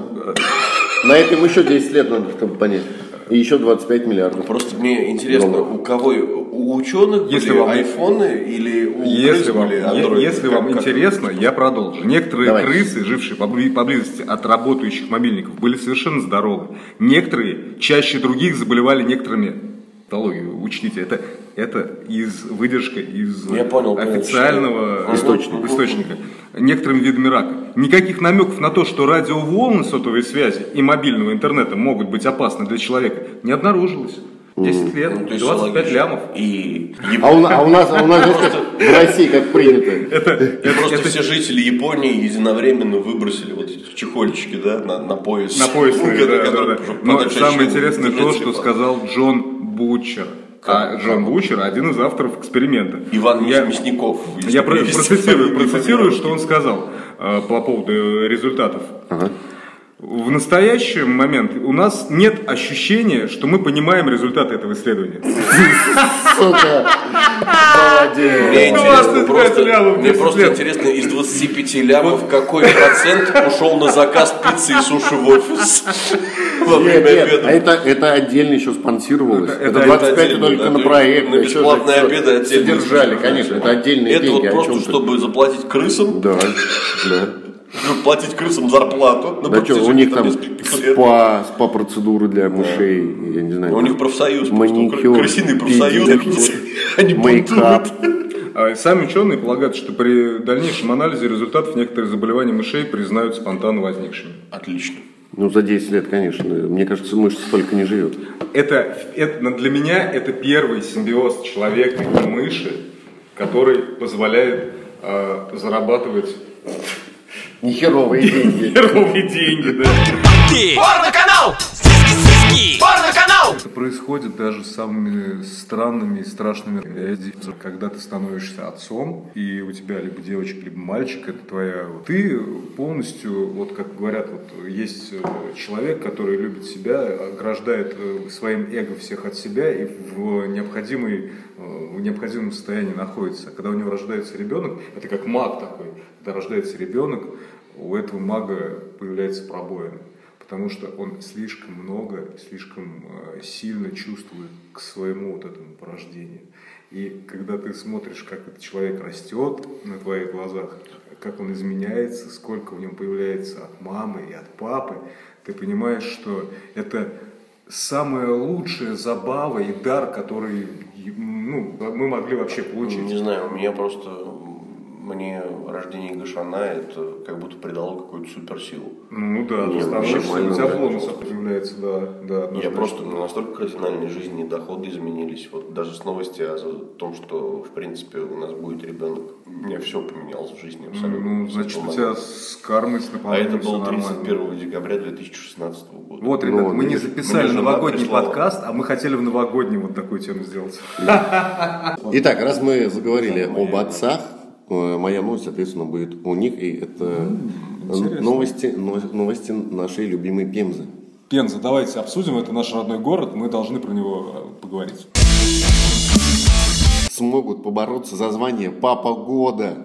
[SPEAKER 2] На этом еще 10 лет надо, чтобы понять. И еще 25 миллиардов.
[SPEAKER 3] Просто мне интересно, у кого у ученых
[SPEAKER 4] Если
[SPEAKER 3] были
[SPEAKER 4] вам-
[SPEAKER 3] айфоны или у крыс
[SPEAKER 4] Если вам,
[SPEAKER 3] были
[SPEAKER 4] е-
[SPEAKER 3] андроиды?
[SPEAKER 4] если
[SPEAKER 3] Как-
[SPEAKER 4] вам
[SPEAKER 3] как-
[SPEAKER 4] интересно, я продолжу. Некоторые
[SPEAKER 2] Давай.
[SPEAKER 4] крысы, жившие побли- поблизости от работающих мобильников, были совершенно здоровы. Некоторые чаще других заболевали некоторыми патологиями. Учтите, это, это из выдержка из
[SPEAKER 3] Я понял, понял,
[SPEAKER 4] официального
[SPEAKER 3] читаю.
[SPEAKER 4] источника. источника. Некоторым видами рака. Никаких намеков на то, что радиоволны сотовой связи и мобильного интернета могут быть опасны для человека, не обнаружилось. 10 лет,
[SPEAKER 3] Ну, то есть
[SPEAKER 4] 25
[SPEAKER 3] логично.
[SPEAKER 4] лямов.
[SPEAKER 3] И,
[SPEAKER 2] А у, на- а у нас, а у нас знаешь, в России как принято.
[SPEAKER 3] и просто все жители Японии единовременно выбросили вот эти чехольчики, да, на, на пояс.
[SPEAKER 4] На пояс.
[SPEAKER 3] Ну,
[SPEAKER 4] да, да,
[SPEAKER 3] которые-
[SPEAKER 4] да.
[SPEAKER 3] чтобы
[SPEAKER 4] Но
[SPEAKER 3] подальше
[SPEAKER 4] самое
[SPEAKER 3] от
[SPEAKER 4] интересное то,
[SPEAKER 3] держать,
[SPEAKER 4] что
[SPEAKER 3] типа.
[SPEAKER 4] сказал Джон Бучер. А Джон Бучер один из авторов эксперимента.
[SPEAKER 3] Иван
[SPEAKER 4] Я-
[SPEAKER 3] Мясников. если
[SPEAKER 4] Я про-
[SPEAKER 3] есть.
[SPEAKER 4] процитирую, процитирую, что он сказал э, по поводу результатов. В настоящий момент у нас нет ощущения, что мы понимаем результаты этого исследования.
[SPEAKER 2] Сука.
[SPEAKER 3] Мне
[SPEAKER 2] Молодец.
[SPEAKER 3] интересно,
[SPEAKER 4] 25
[SPEAKER 3] просто,
[SPEAKER 4] лямов,
[SPEAKER 3] мне
[SPEAKER 4] 10
[SPEAKER 3] просто
[SPEAKER 4] лет.
[SPEAKER 3] интересно, из 25 лямов какой процент ушел на заказ пиццы и суши в офис во
[SPEAKER 2] Нет,
[SPEAKER 3] время
[SPEAKER 2] нет, а
[SPEAKER 3] обеда?
[SPEAKER 2] это, это отдельно еще спонсировалось.
[SPEAKER 4] Это-
[SPEAKER 2] Это,
[SPEAKER 4] это
[SPEAKER 2] 25
[SPEAKER 3] отдельно,
[SPEAKER 2] только
[SPEAKER 3] да,
[SPEAKER 2] на
[SPEAKER 3] то
[SPEAKER 2] проект.
[SPEAKER 3] есть на
[SPEAKER 2] еще
[SPEAKER 3] бесплатные
[SPEAKER 2] за-
[SPEAKER 3] обеды отдельно.
[SPEAKER 2] Содержали, конечно. Это отдельные
[SPEAKER 3] Это
[SPEAKER 2] деньги. а о
[SPEAKER 3] вот просто,
[SPEAKER 2] чем ты?
[SPEAKER 3] чтобы заплатить крысам,
[SPEAKER 2] Да, да.
[SPEAKER 3] чтобы платить крысам зарплату.
[SPEAKER 2] Да что,
[SPEAKER 3] на
[SPEAKER 2] у
[SPEAKER 3] протяжении,
[SPEAKER 2] них там
[SPEAKER 3] нескольких лет.
[SPEAKER 2] спа, спа-процедуры для мышей, я не знаю.
[SPEAKER 3] У них профсоюз, просто у кры-
[SPEAKER 2] маникюр,
[SPEAKER 3] крысиный профсоюз.
[SPEAKER 2] педикюр,
[SPEAKER 3] Они
[SPEAKER 2] мейкап.
[SPEAKER 3] бунтуют.
[SPEAKER 4] А Сами ученые полагают, что при дальнейшем анализе результатов некоторые заболевания мышей признают спонтанно возникшими.
[SPEAKER 3] Отлично.
[SPEAKER 2] Ну, за 10 лет, конечно. Мне кажется, мышц столько не живет.
[SPEAKER 4] Это, это- ну, для меня это первый симбиоз человека и мыши, который позволяет э, зарабатывать
[SPEAKER 2] Нехеровые деньги.
[SPEAKER 4] первые деньги. да.
[SPEAKER 5] Порно-канал! Сиськи-сиськи! Порно-канал!
[SPEAKER 4] Это происходит даже с самыми странными и страшными. вещами. Когда ты становишься отцом, и у тебя либо девочка, либо мальчик, это твоя... Ты полностью, вот как говорят, вот есть э, человек, который любит себя, ограждает э, своим эго всех от себя и в необходимой э, в необходимом состоянии находится. Когда у него рождается ребенок, это как маг такой, когда рождается ребенок, у этого мага появляется пробоина, потому что он слишком много, слишком э, сильно чувствует к своему вот этому порождению. И когда ты смотришь, как этот человек растет на твоих глазах, как он изменяется, сколько в нем появляется от мамы и от папы, ты понимаешь, что это самая лучшая забава и дар, который ну, мы могли вообще
[SPEAKER 3] Не
[SPEAKER 4] получить.
[SPEAKER 3] знаю, у меня просто... м, Мне рождение Гашана это как будто придало какую-то суперсилу.
[SPEAKER 4] Ну да, ты
[SPEAKER 3] Не, вообще
[SPEAKER 4] становишься, у тебя
[SPEAKER 3] нормально,
[SPEAKER 4] волнус появляется, да, да.
[SPEAKER 3] Я
[SPEAKER 4] однозначно.
[SPEAKER 3] просто ну, настолько кардинальные жизни и доходы изменились. Вот даже с новости о за- том, что в принципе у нас будет ребенок, у меня все поменялось в жизни абсолютно.
[SPEAKER 4] Ну, значит, у
[SPEAKER 3] Нормально.
[SPEAKER 4] тебя с кармой, с
[SPEAKER 3] А
[SPEAKER 4] наполнением
[SPEAKER 3] это
[SPEAKER 4] всё
[SPEAKER 3] было
[SPEAKER 4] нормально.
[SPEAKER 3] 31 декабря 2016 года.
[SPEAKER 4] Вот, ребят,
[SPEAKER 2] Ну,
[SPEAKER 4] мы не
[SPEAKER 2] видишь,
[SPEAKER 4] записали
[SPEAKER 3] мне жена
[SPEAKER 4] новогодний
[SPEAKER 3] прислала.
[SPEAKER 4] подкаст, а мы хотели в новогодний вот такую тему сделать.
[SPEAKER 2] Итак, раз мы заговорили об отцах, э, моя новость, соответственно, будет у них. И это э, новости, но- новости нашей любимой Пемзы.
[SPEAKER 4] Пенза, давайте обсудим, это наш родной город, мы должны про него э, поговорить.
[SPEAKER 2] Смогут побороться за звание Папа Года.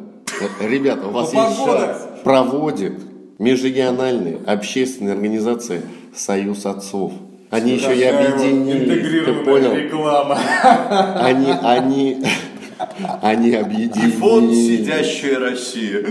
[SPEAKER 2] Э, Ребята, у вас
[SPEAKER 4] Папа
[SPEAKER 2] есть
[SPEAKER 4] Года.
[SPEAKER 2] шанс. Проводит межрегиональная общественная организация «Союз отцов». Они еще и объединились, ты понял?
[SPEAKER 4] реклама.
[SPEAKER 2] Они, они, они
[SPEAKER 3] Фонд
[SPEAKER 2] объединились.
[SPEAKER 3] «Сидящая Россия».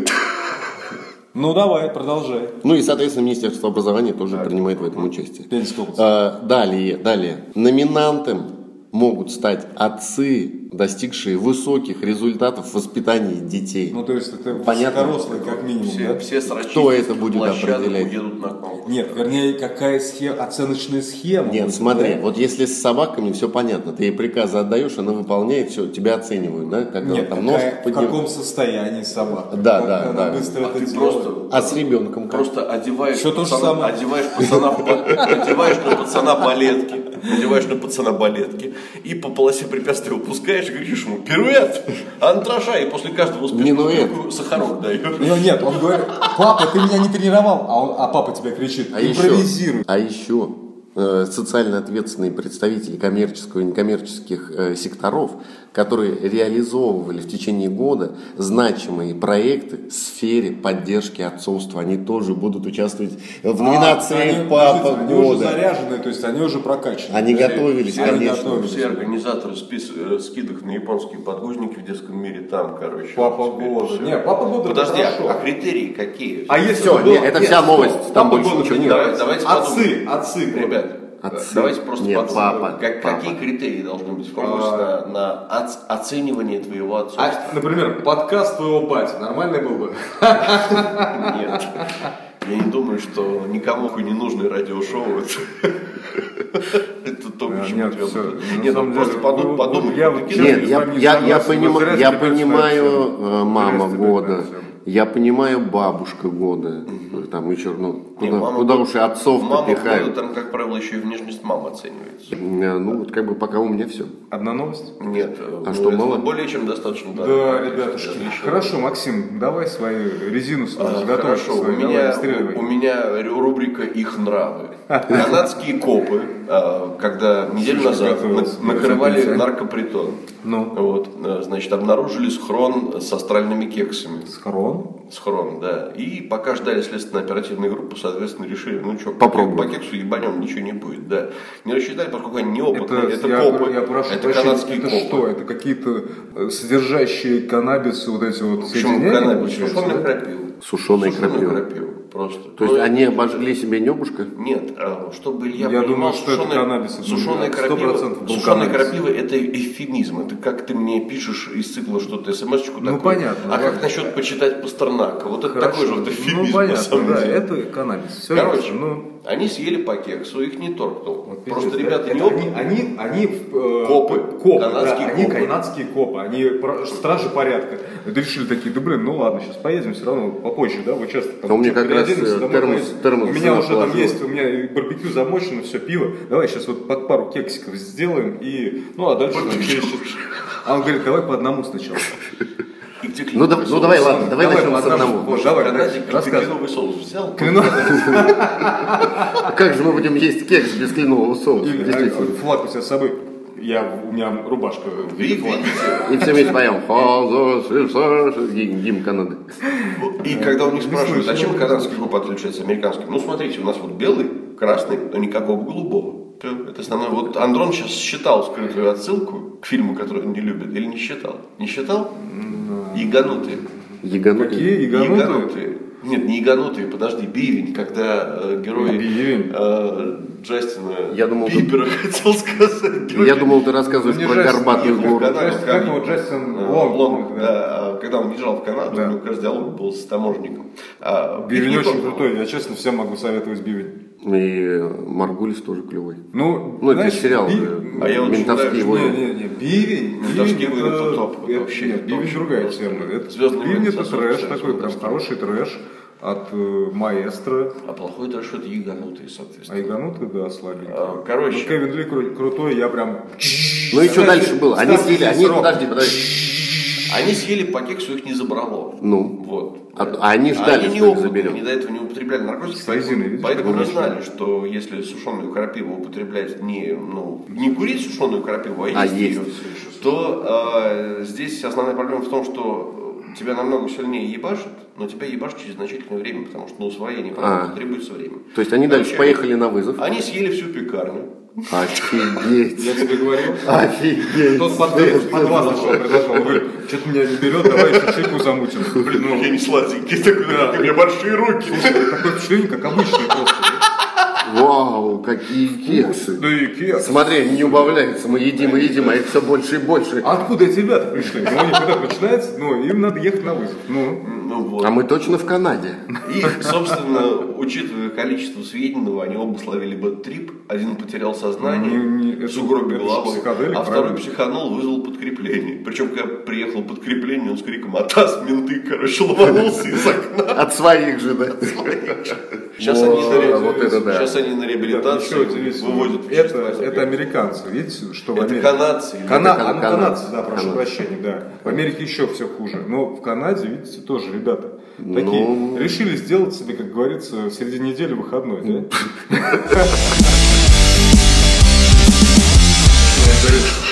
[SPEAKER 4] Ну давай, продолжай.
[SPEAKER 2] Ну и, соответственно, Министерство образования тоже принимает в этом участие.
[SPEAKER 4] Пензенская область.
[SPEAKER 2] А, Далее, далее. Номинантом могут стать отцы, достигшие высоких результатов в воспитании детей.
[SPEAKER 4] Ну то есть это
[SPEAKER 2] Понятно.
[SPEAKER 4] высокорослый как минимум,
[SPEAKER 3] Все,
[SPEAKER 4] да?
[SPEAKER 3] все срачи
[SPEAKER 2] Кто это будет
[SPEAKER 3] площадок
[SPEAKER 2] определять?
[SPEAKER 3] уедут на ком.
[SPEAKER 6] Нет, вернее, какая схема, оценочная схема.
[SPEAKER 2] Нет,
[SPEAKER 6] будет,
[SPEAKER 2] смотри,
[SPEAKER 6] да?
[SPEAKER 2] вот если с собаками все понятно, ты ей приказы отдаешь, она выполняет все, тебя оценивают, да? Как она
[SPEAKER 6] Нет,
[SPEAKER 2] там нос
[SPEAKER 6] какая- в
[SPEAKER 2] подняла.
[SPEAKER 6] каком состоянии собака.
[SPEAKER 2] Да,
[SPEAKER 6] Как
[SPEAKER 2] да,
[SPEAKER 6] она
[SPEAKER 2] да.
[SPEAKER 6] быстро
[SPEAKER 3] А
[SPEAKER 6] это
[SPEAKER 3] ты
[SPEAKER 6] делает.
[SPEAKER 3] просто
[SPEAKER 2] А с ребенком как?
[SPEAKER 3] Просто одеваешь,
[SPEAKER 6] Всё то же
[SPEAKER 3] пацана-
[SPEAKER 6] самое.
[SPEAKER 3] одеваешь, пацана, в ба- одеваешь на пацана балетки, одеваешь на пацана балетки и по полосе препятствий выпускаешь и говоришь ему пируэт, антраша, и после каждого успешного
[SPEAKER 2] Минуэт.
[SPEAKER 3] трюка сахарок даешь.
[SPEAKER 6] Ну, нет, он говорит, папа, ты меня не тренировал, а, он- а папа тебя кричит,
[SPEAKER 2] А
[SPEAKER 6] импровизируй.
[SPEAKER 2] еще, а еще э, социально ответственные представители коммерческого и некоммерческих э, секторов, которые реализовывали в течение года значимые проекты в сфере поддержки отцовства, они тоже будут участвовать
[SPEAKER 3] А,
[SPEAKER 2] в номинации
[SPEAKER 6] Они-
[SPEAKER 2] «Папа
[SPEAKER 6] подождите, Они уже
[SPEAKER 2] года».
[SPEAKER 6] заряжены, то есть они уже прокачаны.
[SPEAKER 2] Они готовились,
[SPEAKER 3] все,
[SPEAKER 2] конечно.
[SPEAKER 6] готовились.
[SPEAKER 3] Все организаторы спис, э, скидок на японские подгузники в детском мире там, короче.
[SPEAKER 6] Папа
[SPEAKER 3] теперь
[SPEAKER 6] года.
[SPEAKER 3] всё.
[SPEAKER 6] Не, папа года
[SPEAKER 3] Подожди, а-
[SPEAKER 6] хорошо.
[SPEAKER 3] а критерии какие?
[SPEAKER 4] А если
[SPEAKER 2] Всё,
[SPEAKER 4] бы было-
[SPEAKER 2] нет, это вся новость, там больше ничего нет.
[SPEAKER 3] Давай- Давайте
[SPEAKER 4] Отцы,
[SPEAKER 3] подумаем.
[SPEAKER 4] отцы.
[SPEAKER 3] Ребят,
[SPEAKER 2] Отцы.
[SPEAKER 3] давайте просто
[SPEAKER 2] Нет,
[SPEAKER 3] подумаем,
[SPEAKER 2] папа,
[SPEAKER 3] как-
[SPEAKER 2] папа. А.
[SPEAKER 3] какие критерии должны быть в конкурсе на, на оц- оценивание твоего отца?
[SPEAKER 6] А, например, подкаст твоего бати, нормальный был бы?
[SPEAKER 2] А.
[SPEAKER 3] Нет. Я не думаю, что никому хуй не нужны радиошоу. это- Это только
[SPEAKER 4] А,
[SPEAKER 3] к чему
[SPEAKER 4] нет,
[SPEAKER 3] тебя
[SPEAKER 4] всё,
[SPEAKER 3] будет.
[SPEAKER 4] на
[SPEAKER 3] Нет,
[SPEAKER 4] самом
[SPEAKER 3] ну просто
[SPEAKER 4] деле,
[SPEAKER 3] подумай,
[SPEAKER 4] вы-
[SPEAKER 3] подумай.
[SPEAKER 4] я
[SPEAKER 3] ну,
[SPEAKER 4] вот
[SPEAKER 3] ты
[SPEAKER 4] честно-
[SPEAKER 3] кино-
[SPEAKER 2] Нет,
[SPEAKER 4] с
[SPEAKER 2] я,
[SPEAKER 4] вами
[SPEAKER 2] я, я,
[SPEAKER 4] согласен,
[SPEAKER 2] понима-
[SPEAKER 4] вы зря
[SPEAKER 2] я
[SPEAKER 4] теперь
[SPEAKER 2] понимаю
[SPEAKER 4] ставите.
[SPEAKER 2] э, мама
[SPEAKER 4] Зря теперь
[SPEAKER 2] года,
[SPEAKER 4] ставите.
[SPEAKER 2] я понимаю бабушка года, там еще, ну,
[SPEAKER 3] Не,
[SPEAKER 2] куда,
[SPEAKER 3] мама-
[SPEAKER 2] куда уж и отцов
[SPEAKER 3] Мама года,
[SPEAKER 2] пихают.
[SPEAKER 3] там, как правило, еще и внешность мамы оценивается.
[SPEAKER 2] Э, Ну, вот как бы пока у меня все.
[SPEAKER 4] Одна новость?
[SPEAKER 3] Нет, э,
[SPEAKER 2] А
[SPEAKER 3] ну,
[SPEAKER 2] что,
[SPEAKER 3] этого
[SPEAKER 2] мало?
[SPEAKER 3] Более чем достаточно.
[SPEAKER 4] Да, ребятушки.
[SPEAKER 3] Отлично.
[SPEAKER 4] Хорошо, Максим, давай свою резину сюда,
[SPEAKER 3] А,
[SPEAKER 4] готовь
[SPEAKER 3] Хорошо, у
[SPEAKER 4] свою, давай,
[SPEAKER 3] меня,
[SPEAKER 4] отстреливай.
[SPEAKER 3] у меня рю- рубрика «Их нравы». Канадские копы, а, когда неделю
[SPEAKER 4] Слушай,
[SPEAKER 3] назад
[SPEAKER 4] готовился. Ну.
[SPEAKER 3] на- накрывали
[SPEAKER 4] Готовился.
[SPEAKER 3] наркопритон, вот, э, значит, обнаружили схрон с астральными кексами.
[SPEAKER 6] Схорон?
[SPEAKER 3] Схрон, да. И пока ждали следственно-оперативную группу, соответственно, решили, ну что,
[SPEAKER 2] Попробуем.
[SPEAKER 3] по кексу ебанем, ничего не будет, да. Не рассчитали, поскольку они неопытные, это,
[SPEAKER 4] Типа, я,
[SPEAKER 3] копы,
[SPEAKER 4] я прошу
[SPEAKER 3] это
[SPEAKER 4] прощения,
[SPEAKER 3] канадские
[SPEAKER 4] это
[SPEAKER 3] копы.
[SPEAKER 4] что? Это какие-то э, содержащие каннабис вот эти вот
[SPEAKER 3] Почему
[SPEAKER 4] соединения?
[SPEAKER 3] каннабис?
[SPEAKER 4] получается,
[SPEAKER 3] Сушеный
[SPEAKER 4] да?
[SPEAKER 3] крапива.
[SPEAKER 2] Сушеный крапива.
[SPEAKER 3] Просто. Ну,
[SPEAKER 2] То есть они обожгли себе небушка?
[SPEAKER 3] Нет, а, чтобы Илья
[SPEAKER 4] Я
[SPEAKER 3] понимал,
[SPEAKER 4] думаю, что это
[SPEAKER 3] сушеная-
[SPEAKER 4] каннабис был,
[SPEAKER 3] сушеная
[SPEAKER 4] да,
[SPEAKER 3] крапива,
[SPEAKER 4] 100% был
[SPEAKER 3] сушеная
[SPEAKER 4] каннабис.
[SPEAKER 3] крапива – это эвфемизм. Это как ты мне пишешь из цикла что-то, смс-очку
[SPEAKER 4] Ну,
[SPEAKER 3] такую.
[SPEAKER 4] понятно,
[SPEAKER 3] А как
[SPEAKER 4] да.
[SPEAKER 3] насчет почитать Пастернака? Вот это
[SPEAKER 4] Хорошо.
[SPEAKER 3] такой же вот эвфемизм,
[SPEAKER 4] Ну,
[SPEAKER 3] на
[SPEAKER 4] понятно,
[SPEAKER 3] самом
[SPEAKER 4] да,
[SPEAKER 3] деле.
[SPEAKER 4] это каннабис. Все
[SPEAKER 3] Короче,
[SPEAKER 4] ну,
[SPEAKER 3] они съели по кексу, их не торкнул.
[SPEAKER 6] Пиздец,
[SPEAKER 3] Просто
[SPEAKER 6] да.
[SPEAKER 3] ребята
[SPEAKER 6] Это
[SPEAKER 3] не
[SPEAKER 6] они,
[SPEAKER 3] опытные.
[SPEAKER 6] они, они, э,
[SPEAKER 3] Копы.
[SPEAKER 6] копы,
[SPEAKER 3] Канадские
[SPEAKER 6] да, они
[SPEAKER 3] копы.
[SPEAKER 6] канадские копы, они про- стражи порядка.
[SPEAKER 4] это решили такие, да блин, ну ладно, сейчас поедем, все равно попозже, да, вы часто там
[SPEAKER 2] А у меня
[SPEAKER 4] чё,
[SPEAKER 2] как раз,
[SPEAKER 4] переоденемся,
[SPEAKER 2] э,
[SPEAKER 4] домой
[SPEAKER 2] термос-
[SPEAKER 4] поедем.
[SPEAKER 2] термос
[SPEAKER 4] У меня уже там
[SPEAKER 2] положил.
[SPEAKER 4] есть, у меня и барбекю замочено, все пиво. Давай сейчас вот по пару кексиков сделаем и, ну а дальше там через час- А он говорит, давай по одному сначала.
[SPEAKER 3] И где
[SPEAKER 2] Ну, да-
[SPEAKER 3] клиновый
[SPEAKER 2] ну
[SPEAKER 3] соус?
[SPEAKER 2] давай, ладно, давай,
[SPEAKER 4] Давай
[SPEAKER 2] начнем
[SPEAKER 4] по
[SPEAKER 2] с
[SPEAKER 4] одному.
[SPEAKER 2] одного.
[SPEAKER 4] Вот, давай,
[SPEAKER 3] Канадик,
[SPEAKER 4] Настя,
[SPEAKER 3] где
[SPEAKER 4] рассказывай.
[SPEAKER 3] клиновый соус взял?
[SPEAKER 4] Кленовый
[SPEAKER 2] А как же мы будем есть кекс без кленового соуса? Действительно.
[SPEAKER 4] флаг у тебя с собой. Я, у меня рубашка. в виде флага.
[SPEAKER 2] И все вместе поем. Гимн Канады.
[SPEAKER 3] И когда у них спрашивают,
[SPEAKER 4] слышу.
[SPEAKER 3] а чем канадский клуб отличается от американского? Ну, смотрите, у нас вот белый, красный, но никакого голубого. Всё, Это основное. Вот Андрон сейчас считал скрытую отсылку к фильму, который он не любит, или не считал? Не считал? Яганутые.
[SPEAKER 2] Яганутый.
[SPEAKER 4] Какие яганутые?
[SPEAKER 3] Нет, не яганутые, подожди, бивень, когда э, герой
[SPEAKER 4] Бивень.
[SPEAKER 3] э, Джастина
[SPEAKER 2] Я думал, ты-
[SPEAKER 3] Бибера хотел сказать. герой-
[SPEAKER 2] Я думал, ты рассказываешь
[SPEAKER 4] Не
[SPEAKER 2] про
[SPEAKER 4] жесть,
[SPEAKER 2] горбатую
[SPEAKER 4] не
[SPEAKER 2] гору.
[SPEAKER 3] Канаду,
[SPEAKER 4] Джастин- как его, Джастин
[SPEAKER 3] э,
[SPEAKER 4] Лонг,
[SPEAKER 3] Лонг,
[SPEAKER 4] да.
[SPEAKER 3] да. А Когда он уезжал в Канаду, у него, кажется, диалог был с таможенником. А,
[SPEAKER 4] Бивень
[SPEAKER 3] не
[SPEAKER 4] очень
[SPEAKER 3] только-
[SPEAKER 4] крутой, я честно всем могу советовать бивень.
[SPEAKER 2] И Маргулис тоже клевый.
[SPEAKER 4] Ну,
[SPEAKER 2] Ну, это
[SPEAKER 4] знаешь,
[SPEAKER 2] сериал.
[SPEAKER 4] би- ну,
[SPEAKER 2] э,
[SPEAKER 3] А я вот
[SPEAKER 2] Ментовские
[SPEAKER 3] считаю,
[SPEAKER 2] войны.
[SPEAKER 4] Не, не, не, бивень.
[SPEAKER 3] Ментовские
[SPEAKER 4] бивень
[SPEAKER 3] войны это топ,
[SPEAKER 4] это-
[SPEAKER 3] это
[SPEAKER 4] э,
[SPEAKER 3] вообще
[SPEAKER 4] нет, бивень
[SPEAKER 3] топ.
[SPEAKER 4] другая
[SPEAKER 3] Просто
[SPEAKER 4] тема. Это-
[SPEAKER 3] «Звездные
[SPEAKER 4] Бивень
[SPEAKER 3] войны»
[SPEAKER 4] это
[SPEAKER 3] сосут
[SPEAKER 4] трэш
[SPEAKER 3] всё,
[SPEAKER 4] такой, прям
[SPEAKER 3] всё.
[SPEAKER 4] хороший трэш от э, маэстро.
[SPEAKER 3] А плохой это что это яганутые, соответственно.
[SPEAKER 4] Айганутый, да, слабенький.
[SPEAKER 3] А, короче.
[SPEAKER 4] Ну, Кевин Ли кру- крутой, я прям...
[SPEAKER 2] Ну и что
[SPEAKER 4] Ставьте-
[SPEAKER 2] дальше было? Они
[SPEAKER 4] ставьте
[SPEAKER 2] съели, они,
[SPEAKER 4] здесь рок.
[SPEAKER 2] подожди, подожди.
[SPEAKER 3] Они съели по кексу, их не забрало.
[SPEAKER 2] Ну.
[SPEAKER 3] Вот.
[SPEAKER 2] А а они ждали, что
[SPEAKER 3] они
[SPEAKER 2] их
[SPEAKER 3] неопытные, они
[SPEAKER 2] заберем.
[SPEAKER 3] до этого не употребляли наркотики,
[SPEAKER 4] С резиной, видишь,
[SPEAKER 3] поэтому
[SPEAKER 4] как
[SPEAKER 3] не
[SPEAKER 4] хорошо.
[SPEAKER 3] знали, что если сушеную крапиву употреблять не, ну, не курить сушеную крапиву, а есть,
[SPEAKER 2] А
[SPEAKER 3] ее,
[SPEAKER 2] есть.
[SPEAKER 3] то э, здесь основная проблема в том, что э, тебя намного сильнее ебашит, но тебя ебашит через значительное время, потому что на усвоение продукта
[SPEAKER 2] А.
[SPEAKER 3] требуется время.
[SPEAKER 2] То есть они дальше
[SPEAKER 3] Короче,
[SPEAKER 2] поехали на вызов.
[SPEAKER 3] Они съели всю пекарню.
[SPEAKER 2] Офигеть.
[SPEAKER 6] Я тебе говорил,
[SPEAKER 2] Офигеть.
[SPEAKER 6] тот подвес, подваз нашел, предложил. Он говорит, что-то меня не берет, давай еще чайку замутим.
[SPEAKER 3] Блин, ну я не сладенький, такой,
[SPEAKER 4] Да.
[SPEAKER 3] у меня большие руки.
[SPEAKER 4] Такое впечатление, как обычный просто.
[SPEAKER 2] Вау, какие кексы.
[SPEAKER 4] Да и кекс.
[SPEAKER 2] Смотри, не убавляется. Мы едим и едим, а их все больше и больше.
[SPEAKER 4] А откуда эти ребята пришли? Ну, у них вот это начинается, ну, им надо ехать на вызов. Ну,
[SPEAKER 3] Ну вот.
[SPEAKER 2] А мы точно в Канаде.
[SPEAKER 3] И, собственно, у учитывая количество сведенного, они оба словили бэт-трип, один потерял сознание
[SPEAKER 4] Ну, Не- не- это-
[SPEAKER 3] в сугробе
[SPEAKER 4] это же
[SPEAKER 3] головой,
[SPEAKER 4] психоделик,
[SPEAKER 3] а второй
[SPEAKER 4] правильно?
[SPEAKER 3] психанул, вызвал подкрепление. Причем, когда приехало подкрепление, он с криком «Атас, менты!» короче, ломанулся из окна.
[SPEAKER 2] От своих же, да?
[SPEAKER 3] Сейчас,
[SPEAKER 2] О,
[SPEAKER 3] они, на ре-
[SPEAKER 2] вот это да.
[SPEAKER 3] сейчас они на реабилитации
[SPEAKER 6] Ничего удивительного.
[SPEAKER 3] выводят
[SPEAKER 4] Это,
[SPEAKER 3] вещества из
[SPEAKER 4] это
[SPEAKER 3] объекта.
[SPEAKER 4] американцы, видите, что в
[SPEAKER 3] Это
[SPEAKER 4] Америке.
[SPEAKER 3] канадцы. или-
[SPEAKER 4] Кана-
[SPEAKER 2] Это
[SPEAKER 4] а,
[SPEAKER 2] кан-
[SPEAKER 4] ну,
[SPEAKER 2] канадцы.
[SPEAKER 4] канадцы, да, прошу
[SPEAKER 2] Канадцы.
[SPEAKER 4] прощения, да. В Америке еще все хуже. Но в Канаде, видите, тоже ребята такие
[SPEAKER 2] Ну.
[SPEAKER 4] решили сделать себе, как говорится, в середине недели выходной, да?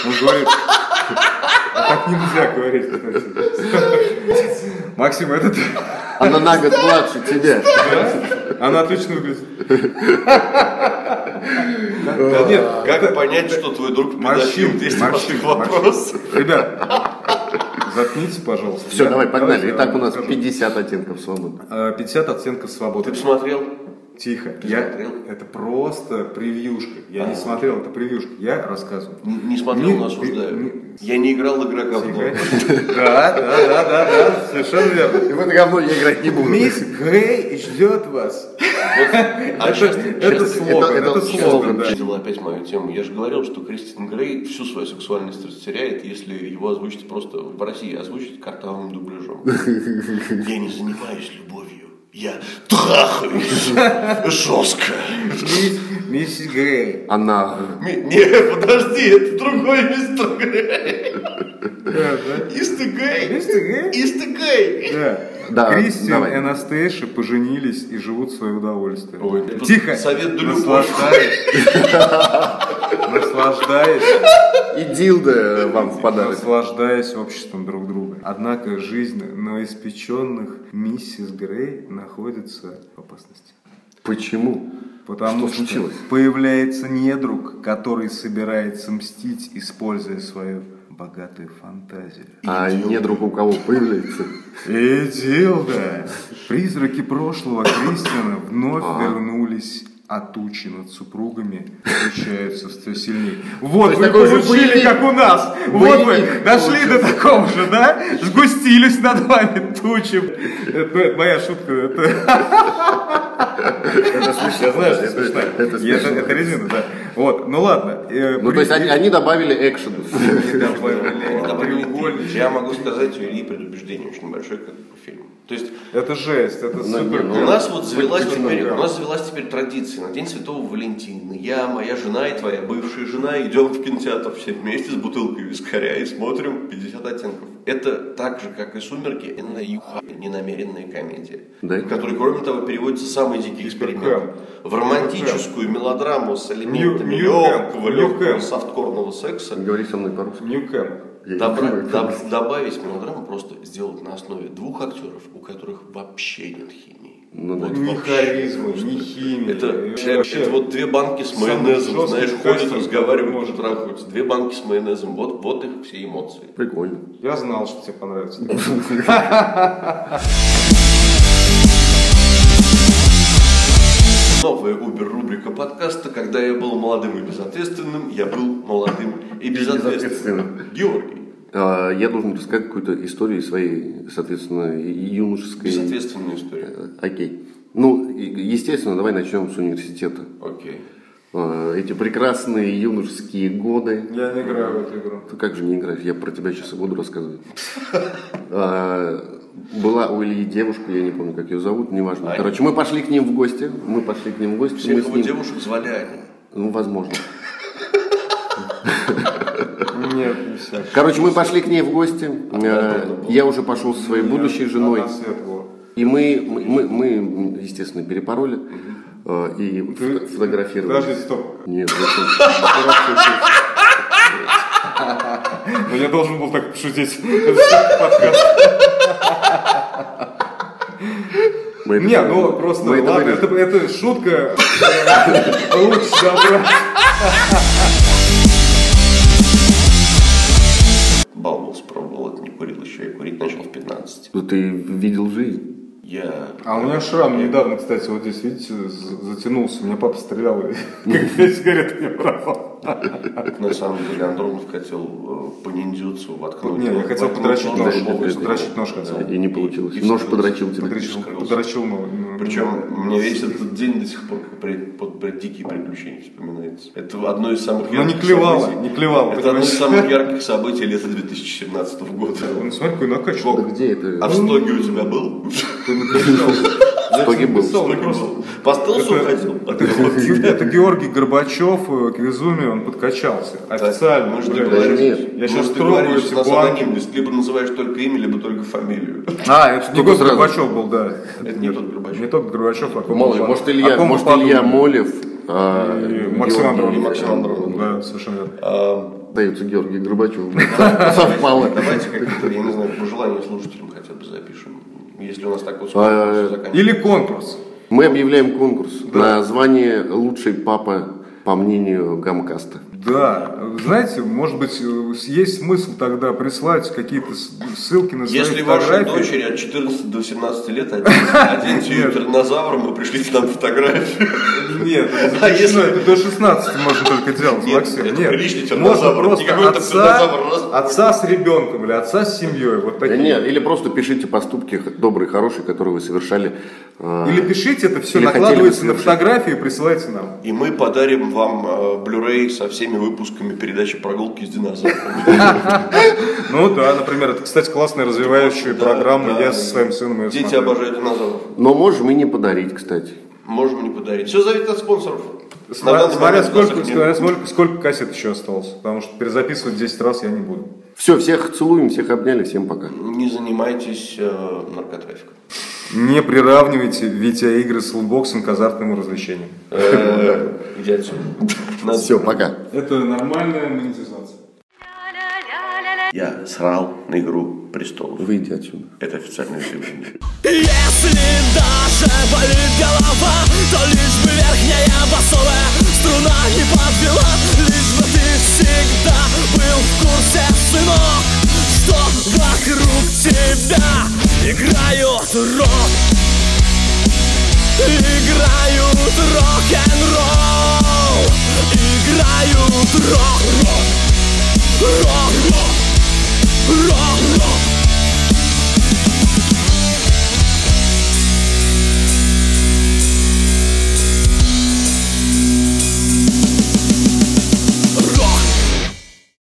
[SPEAKER 4] Он говорит, а так нельзя говорить, кстати. Максим, это ты?
[SPEAKER 2] Она на год младше тебя.
[SPEAKER 4] А? Она отлично выглядит.
[SPEAKER 3] Да нет, как понять, что твой друг педофил?
[SPEAKER 4] Морщин,
[SPEAKER 3] 200
[SPEAKER 4] морщин,
[SPEAKER 3] простых вопрос.
[SPEAKER 4] Ребят, заткните, пожалуйста.
[SPEAKER 2] Все,
[SPEAKER 4] Я-
[SPEAKER 2] давай, погнали.
[SPEAKER 4] давайте,
[SPEAKER 2] Итак, у
[SPEAKER 4] а,
[SPEAKER 2] нас
[SPEAKER 4] скажу.
[SPEAKER 2] 50 оттенков свободы.
[SPEAKER 4] А, 50 оттенков
[SPEAKER 3] Ты
[SPEAKER 4] свободы.
[SPEAKER 3] посмотрел?
[SPEAKER 4] Тихо. Я... Это просто превьюшка. Я не смотрел, это превьюшка. Я рассказываю.
[SPEAKER 3] Н- Не смотрел, но
[SPEAKER 4] Не-
[SPEAKER 3] осуждаю. Я не играл игрока в
[SPEAKER 4] Тихо.
[SPEAKER 3] дом.
[SPEAKER 4] Да, да, да, да, да, совершенно верно.
[SPEAKER 2] И в это говно я играть не буду.
[SPEAKER 4] Мисс Грей ждет вас.
[SPEAKER 3] А
[SPEAKER 4] Это
[SPEAKER 3] сейчас
[SPEAKER 4] это слоган,
[SPEAKER 2] это-
[SPEAKER 4] это
[SPEAKER 2] это
[SPEAKER 4] слоган, да.
[SPEAKER 3] Взяла опять мою тему. Я же говорил, что Кристин Грей всю свою сексуальность растеряет, если его озвучить просто в России, озвучить картавым дубляжом. Я не занимаюсь любовью. Я трахаюсь жестко.
[SPEAKER 4] Мисс, миссис Грей.
[SPEAKER 2] Она...
[SPEAKER 3] Ми- Не, подожди, это другой мистер Грей. Истый Грей.
[SPEAKER 4] Мистер Грей?
[SPEAKER 3] Истый Грей.
[SPEAKER 4] Да.
[SPEAKER 2] Да,
[SPEAKER 4] Кристиан
[SPEAKER 2] давай.
[SPEAKER 4] и Анастейша поженились и живут в свое удовольствие.
[SPEAKER 3] Ой, это
[SPEAKER 4] Тихо.
[SPEAKER 3] совет до
[SPEAKER 4] Наслаждаюсь. Наслаждаюсь.
[SPEAKER 2] И дилда вам в подарок.
[SPEAKER 4] Наслаждаясь обществом друг друга. Однако жизнь новоиспеченных миссис Грей находится в опасности.
[SPEAKER 2] Почему?
[SPEAKER 4] Потому
[SPEAKER 2] Что случилось?
[SPEAKER 4] появляется недруг, который собирается мстить, используя свою богатую фантазию.
[SPEAKER 2] А недруг у кого появляется?
[SPEAKER 4] И Дилда! Призраки прошлого Кристиана вновь вернулись, а тучи над супругами включаются все сильнее. Вот
[SPEAKER 2] есть
[SPEAKER 4] вы
[SPEAKER 2] такой же
[SPEAKER 4] получили,
[SPEAKER 2] боевик.
[SPEAKER 4] как у нас! Вот вы
[SPEAKER 2] Боевик
[SPEAKER 4] дошли до такого же, да? Сгустились над вами тучи. Это, ну, это моя шутка. Это,
[SPEAKER 2] Это смешно.
[SPEAKER 4] я знаю, что
[SPEAKER 2] Это-
[SPEAKER 4] смешно.
[SPEAKER 2] Это
[SPEAKER 4] Это,
[SPEAKER 2] смешно.
[SPEAKER 4] это резина, да. Вот, ну ладно. Э,
[SPEAKER 2] Ну, то есть они, они добавили экшен.
[SPEAKER 4] призраки добавили
[SPEAKER 3] Это
[SPEAKER 4] треугольник.
[SPEAKER 3] Я могу сказать, у Ильи предубеждение очень большое как по фильму. То есть
[SPEAKER 4] Это жесть, это
[SPEAKER 2] Ну,
[SPEAKER 4] супер.
[SPEAKER 3] у нас вот завелась теперь, у нас завелась теперь традиция на День Святого Валентина. Я, моя жена и твоя бывшая жена идем в кинотеатр все вместе с бутылкой вискаря и смотрим 50 оттенков. Это так же, как и «Сумерки», это наиха- ненамеренная комедия,
[SPEAKER 2] Да.
[SPEAKER 3] в которой, кроме того, переводится самый дикий эксперимент. В романтическую мелодраму с элементами
[SPEAKER 4] Нью- Нью-Кэмп,
[SPEAKER 3] легкого, легкого
[SPEAKER 4] Нью-Кэмп.
[SPEAKER 3] софткорного секса
[SPEAKER 2] Говори со мной по-русски.
[SPEAKER 4] Ньюкэмп.
[SPEAKER 2] Я не
[SPEAKER 3] Добра-
[SPEAKER 2] понимаю.
[SPEAKER 3] доб- добавить мелодраму просто сделать на основе двух актеров, у которых вообще нет химии.
[SPEAKER 2] Ну да.
[SPEAKER 3] Вот
[SPEAKER 4] Ни
[SPEAKER 3] вообще.
[SPEAKER 4] харизмы, ни химии.
[SPEAKER 3] Это,
[SPEAKER 4] Э, вообще-
[SPEAKER 3] это вот две банки с
[SPEAKER 4] самый
[SPEAKER 3] майонезом,
[SPEAKER 4] жесткий
[SPEAKER 3] знаешь, ходят,
[SPEAKER 4] кастинг,
[SPEAKER 3] разговаривают,
[SPEAKER 4] который может.
[SPEAKER 3] может трахаются. Две банки с майонезом, вот, вот их все эмоции.
[SPEAKER 2] Прикольно.
[SPEAKER 4] Я знал, что тебе понравится.
[SPEAKER 3] Новая Uber-рубрика подкаста «Когда я был молодым и безответственным, я был молодым и безответственным». Георгий,
[SPEAKER 2] А, Я должен рассказать какую-то историю из своей, соответственно, и- и юношеской.
[SPEAKER 3] безответственная история.
[SPEAKER 2] Э, Окей. Ну, и- естественно, давай начнем с университета.
[SPEAKER 3] Окей.
[SPEAKER 2] А, Эти прекрасные юношеские годы.
[SPEAKER 4] Я не играю в эту игру.
[SPEAKER 2] Ну как же не играть? Я про тебя сейчас и буду рассказывать. А, Была у Ильи девушка, я не помню, как ее зовут, неважно. Короче, мы пошли к ним в гости. Мы пошли к ним в гости. мы
[SPEAKER 3] Всех
[SPEAKER 2] с
[SPEAKER 3] его
[SPEAKER 2] ним-
[SPEAKER 3] девушек звали Аня.
[SPEAKER 2] Ну, возможно.
[SPEAKER 4] Нет, не вся.
[SPEAKER 2] Короче, мы пошли к ней в гости. Э, Я уже пошел со своей будущей женой.
[SPEAKER 4] Она светлого.
[SPEAKER 2] И мы, мы, мы, мы, естественно, перепороли э, и фото-
[SPEAKER 4] Подожди,
[SPEAKER 2] фотографировали.
[SPEAKER 4] стоп.
[SPEAKER 2] Нет, зачем?
[SPEAKER 4] Ну я должен был так пошутить. Это же подкаст.
[SPEAKER 2] Мы это
[SPEAKER 4] Не,
[SPEAKER 2] вырежем.
[SPEAKER 4] ну просто,
[SPEAKER 2] Мы это
[SPEAKER 4] ладно,
[SPEAKER 2] вырежем.
[SPEAKER 4] это, это шутка. Лучше добра.
[SPEAKER 3] Балмус пробовал, это не курил еще, я курить начал в 15.
[SPEAKER 2] Ну, ты видел жизнь.
[SPEAKER 3] Я
[SPEAKER 4] А у меня шрам недавно, кстати, вот здесь, видите, з- затянулся. Меня папа стрелял, и как я сигареты не пропал.
[SPEAKER 3] На самом деле Андронов хотел э, по ниндзюцу воткнуть.
[SPEAKER 4] Не, ну, я
[SPEAKER 3] нож,
[SPEAKER 4] хотел
[SPEAKER 3] воткнуть
[SPEAKER 4] подрочить
[SPEAKER 3] нож,
[SPEAKER 4] нож,
[SPEAKER 3] ногу,
[SPEAKER 4] блядь, подрочить нож хотел.
[SPEAKER 2] И не получилось.
[SPEAKER 3] И
[SPEAKER 2] Нож
[SPEAKER 3] всё.
[SPEAKER 2] подрочил тебя.
[SPEAKER 4] Подрочил,
[SPEAKER 3] скрылся.
[SPEAKER 4] подрочил, но... ну,
[SPEAKER 3] Причем мне весь этот день до сих пор как при, под, про дикие приключения вспоминается. Это одно из самых
[SPEAKER 4] Но не клевало, не клевало,
[SPEAKER 3] Это одно из
[SPEAKER 4] понимаешь?
[SPEAKER 3] самых ярких событий лета 2017 года.
[SPEAKER 4] Ну, смотри, какой накачан.
[SPEAKER 3] Бог.
[SPEAKER 2] Где это?
[SPEAKER 3] А в стоге у тебя был?
[SPEAKER 2] Стоги был.
[SPEAKER 3] Стог был. По стелсу уходил?
[SPEAKER 4] Это это Георгий Горбачев э, к безумию, он подкачался. Официально.
[SPEAKER 3] мы же
[SPEAKER 4] блядь.
[SPEAKER 3] договорились.
[SPEAKER 2] нет.
[SPEAKER 4] Я
[SPEAKER 3] Ну,
[SPEAKER 4] сейчас
[SPEAKER 3] ты
[SPEAKER 4] трогаю
[SPEAKER 3] говоришь,
[SPEAKER 4] эти
[SPEAKER 3] у нас
[SPEAKER 4] планки.
[SPEAKER 3] анонимность. Либо называешь только имя, либо только фамилию.
[SPEAKER 4] А, это не
[SPEAKER 2] Только
[SPEAKER 4] тот
[SPEAKER 2] сразу.
[SPEAKER 4] Горбачев был, да.
[SPEAKER 3] Это не тот Горбачев.
[SPEAKER 4] Не тот Горбачев, а ком
[SPEAKER 2] Мало ли,
[SPEAKER 4] попал-
[SPEAKER 2] может
[SPEAKER 4] о
[SPEAKER 2] Илья,
[SPEAKER 4] ком
[SPEAKER 2] может
[SPEAKER 4] попал-
[SPEAKER 2] Илья Молев, а,
[SPEAKER 4] И Максим
[SPEAKER 2] Георгий-
[SPEAKER 4] Андронов.
[SPEAKER 3] Максим Андронов.
[SPEAKER 4] Да, совершенно верно.
[SPEAKER 2] Дается Георгий Горбачев. Совпало.
[SPEAKER 3] Давайте как-то, я не знаю, по желанию слушателям хотя бы запишем. Если у нас так вот
[SPEAKER 2] А,
[SPEAKER 3] скоро всё заканчивается.
[SPEAKER 4] Или конкурс.
[SPEAKER 2] Мы объявляем конкурс на звание «Лучший папа» по мнению Гамкаста.
[SPEAKER 4] Да, знаете, может быть, э, есть смысл тогда прислать какие-то с- ссылки на свои
[SPEAKER 3] Если вашей
[SPEAKER 4] фотографии.
[SPEAKER 3] дочери от 14 до 18 лет оденьте ее тернозавром и пришлите нам фотографию.
[SPEAKER 4] Нет, это
[SPEAKER 3] А
[SPEAKER 4] запрещено,
[SPEAKER 3] если-
[SPEAKER 4] это до 16 можно только делать,
[SPEAKER 3] Нет,
[SPEAKER 4] Максим.
[SPEAKER 3] это приличный
[SPEAKER 4] Нет,
[SPEAKER 3] тернозавр.
[SPEAKER 4] можно просто
[SPEAKER 3] Никакой это тернозавр, раз.
[SPEAKER 4] отца, отца с ребенком или отца с семьей. Вот
[SPEAKER 2] Да
[SPEAKER 4] такие.
[SPEAKER 2] Нет, или просто пишите поступки добрые, хорошие, которые вы совершали. а,
[SPEAKER 4] Или пишите это все,
[SPEAKER 2] Или хотели бы
[SPEAKER 4] накладывается на
[SPEAKER 2] совершить.
[SPEAKER 4] фотографии и присылайте нам.
[SPEAKER 3] И мы подарим вам э, Blu-ray со всеми выпусками передачи «Прогулки с динозаврами».
[SPEAKER 4] Ну да, например, это, кстати, классная развивающая программа.
[SPEAKER 3] да,
[SPEAKER 4] Я
[SPEAKER 3] да.
[SPEAKER 4] со своим сыном ее
[SPEAKER 3] Дети
[SPEAKER 4] смотрю.
[SPEAKER 3] обожают динозавров.
[SPEAKER 2] Но можем и не подарить, кстати.
[SPEAKER 3] Можем не подарить. Все зависит от спонсоров. На
[SPEAKER 4] Смотря,
[SPEAKER 3] данный
[SPEAKER 4] смотря
[SPEAKER 3] момент у нас
[SPEAKER 4] сколько,
[SPEAKER 3] их нет.
[SPEAKER 4] смотря сколько, сколько кассет еще осталось, потому что перезаписывать 10 раз я не буду.
[SPEAKER 2] Все, всех целуем, всех обняли, всем пока.
[SPEAKER 3] Не занимайтесь э, наркотрафиком.
[SPEAKER 4] Не приравнивайте видеоигры с лутбоксом к азартному развлечению.
[SPEAKER 3] Э, Иди отсюда. Надо-
[SPEAKER 2] Все, пока.
[SPEAKER 4] Это нормальная монетизация.
[SPEAKER 3] Я срал на игру престолов.
[SPEAKER 2] Выйди отсюда.
[SPEAKER 3] Это официальное заявление.
[SPEAKER 5] Если даже болит голова, то лишь бы верхняя басовая струна не подвела, лишь бы ты всегда был в курсе, сынок, что вокруг тебя играют рок, играют рок-н-ролл, играют рок-рок, рок-рок, рок-рок.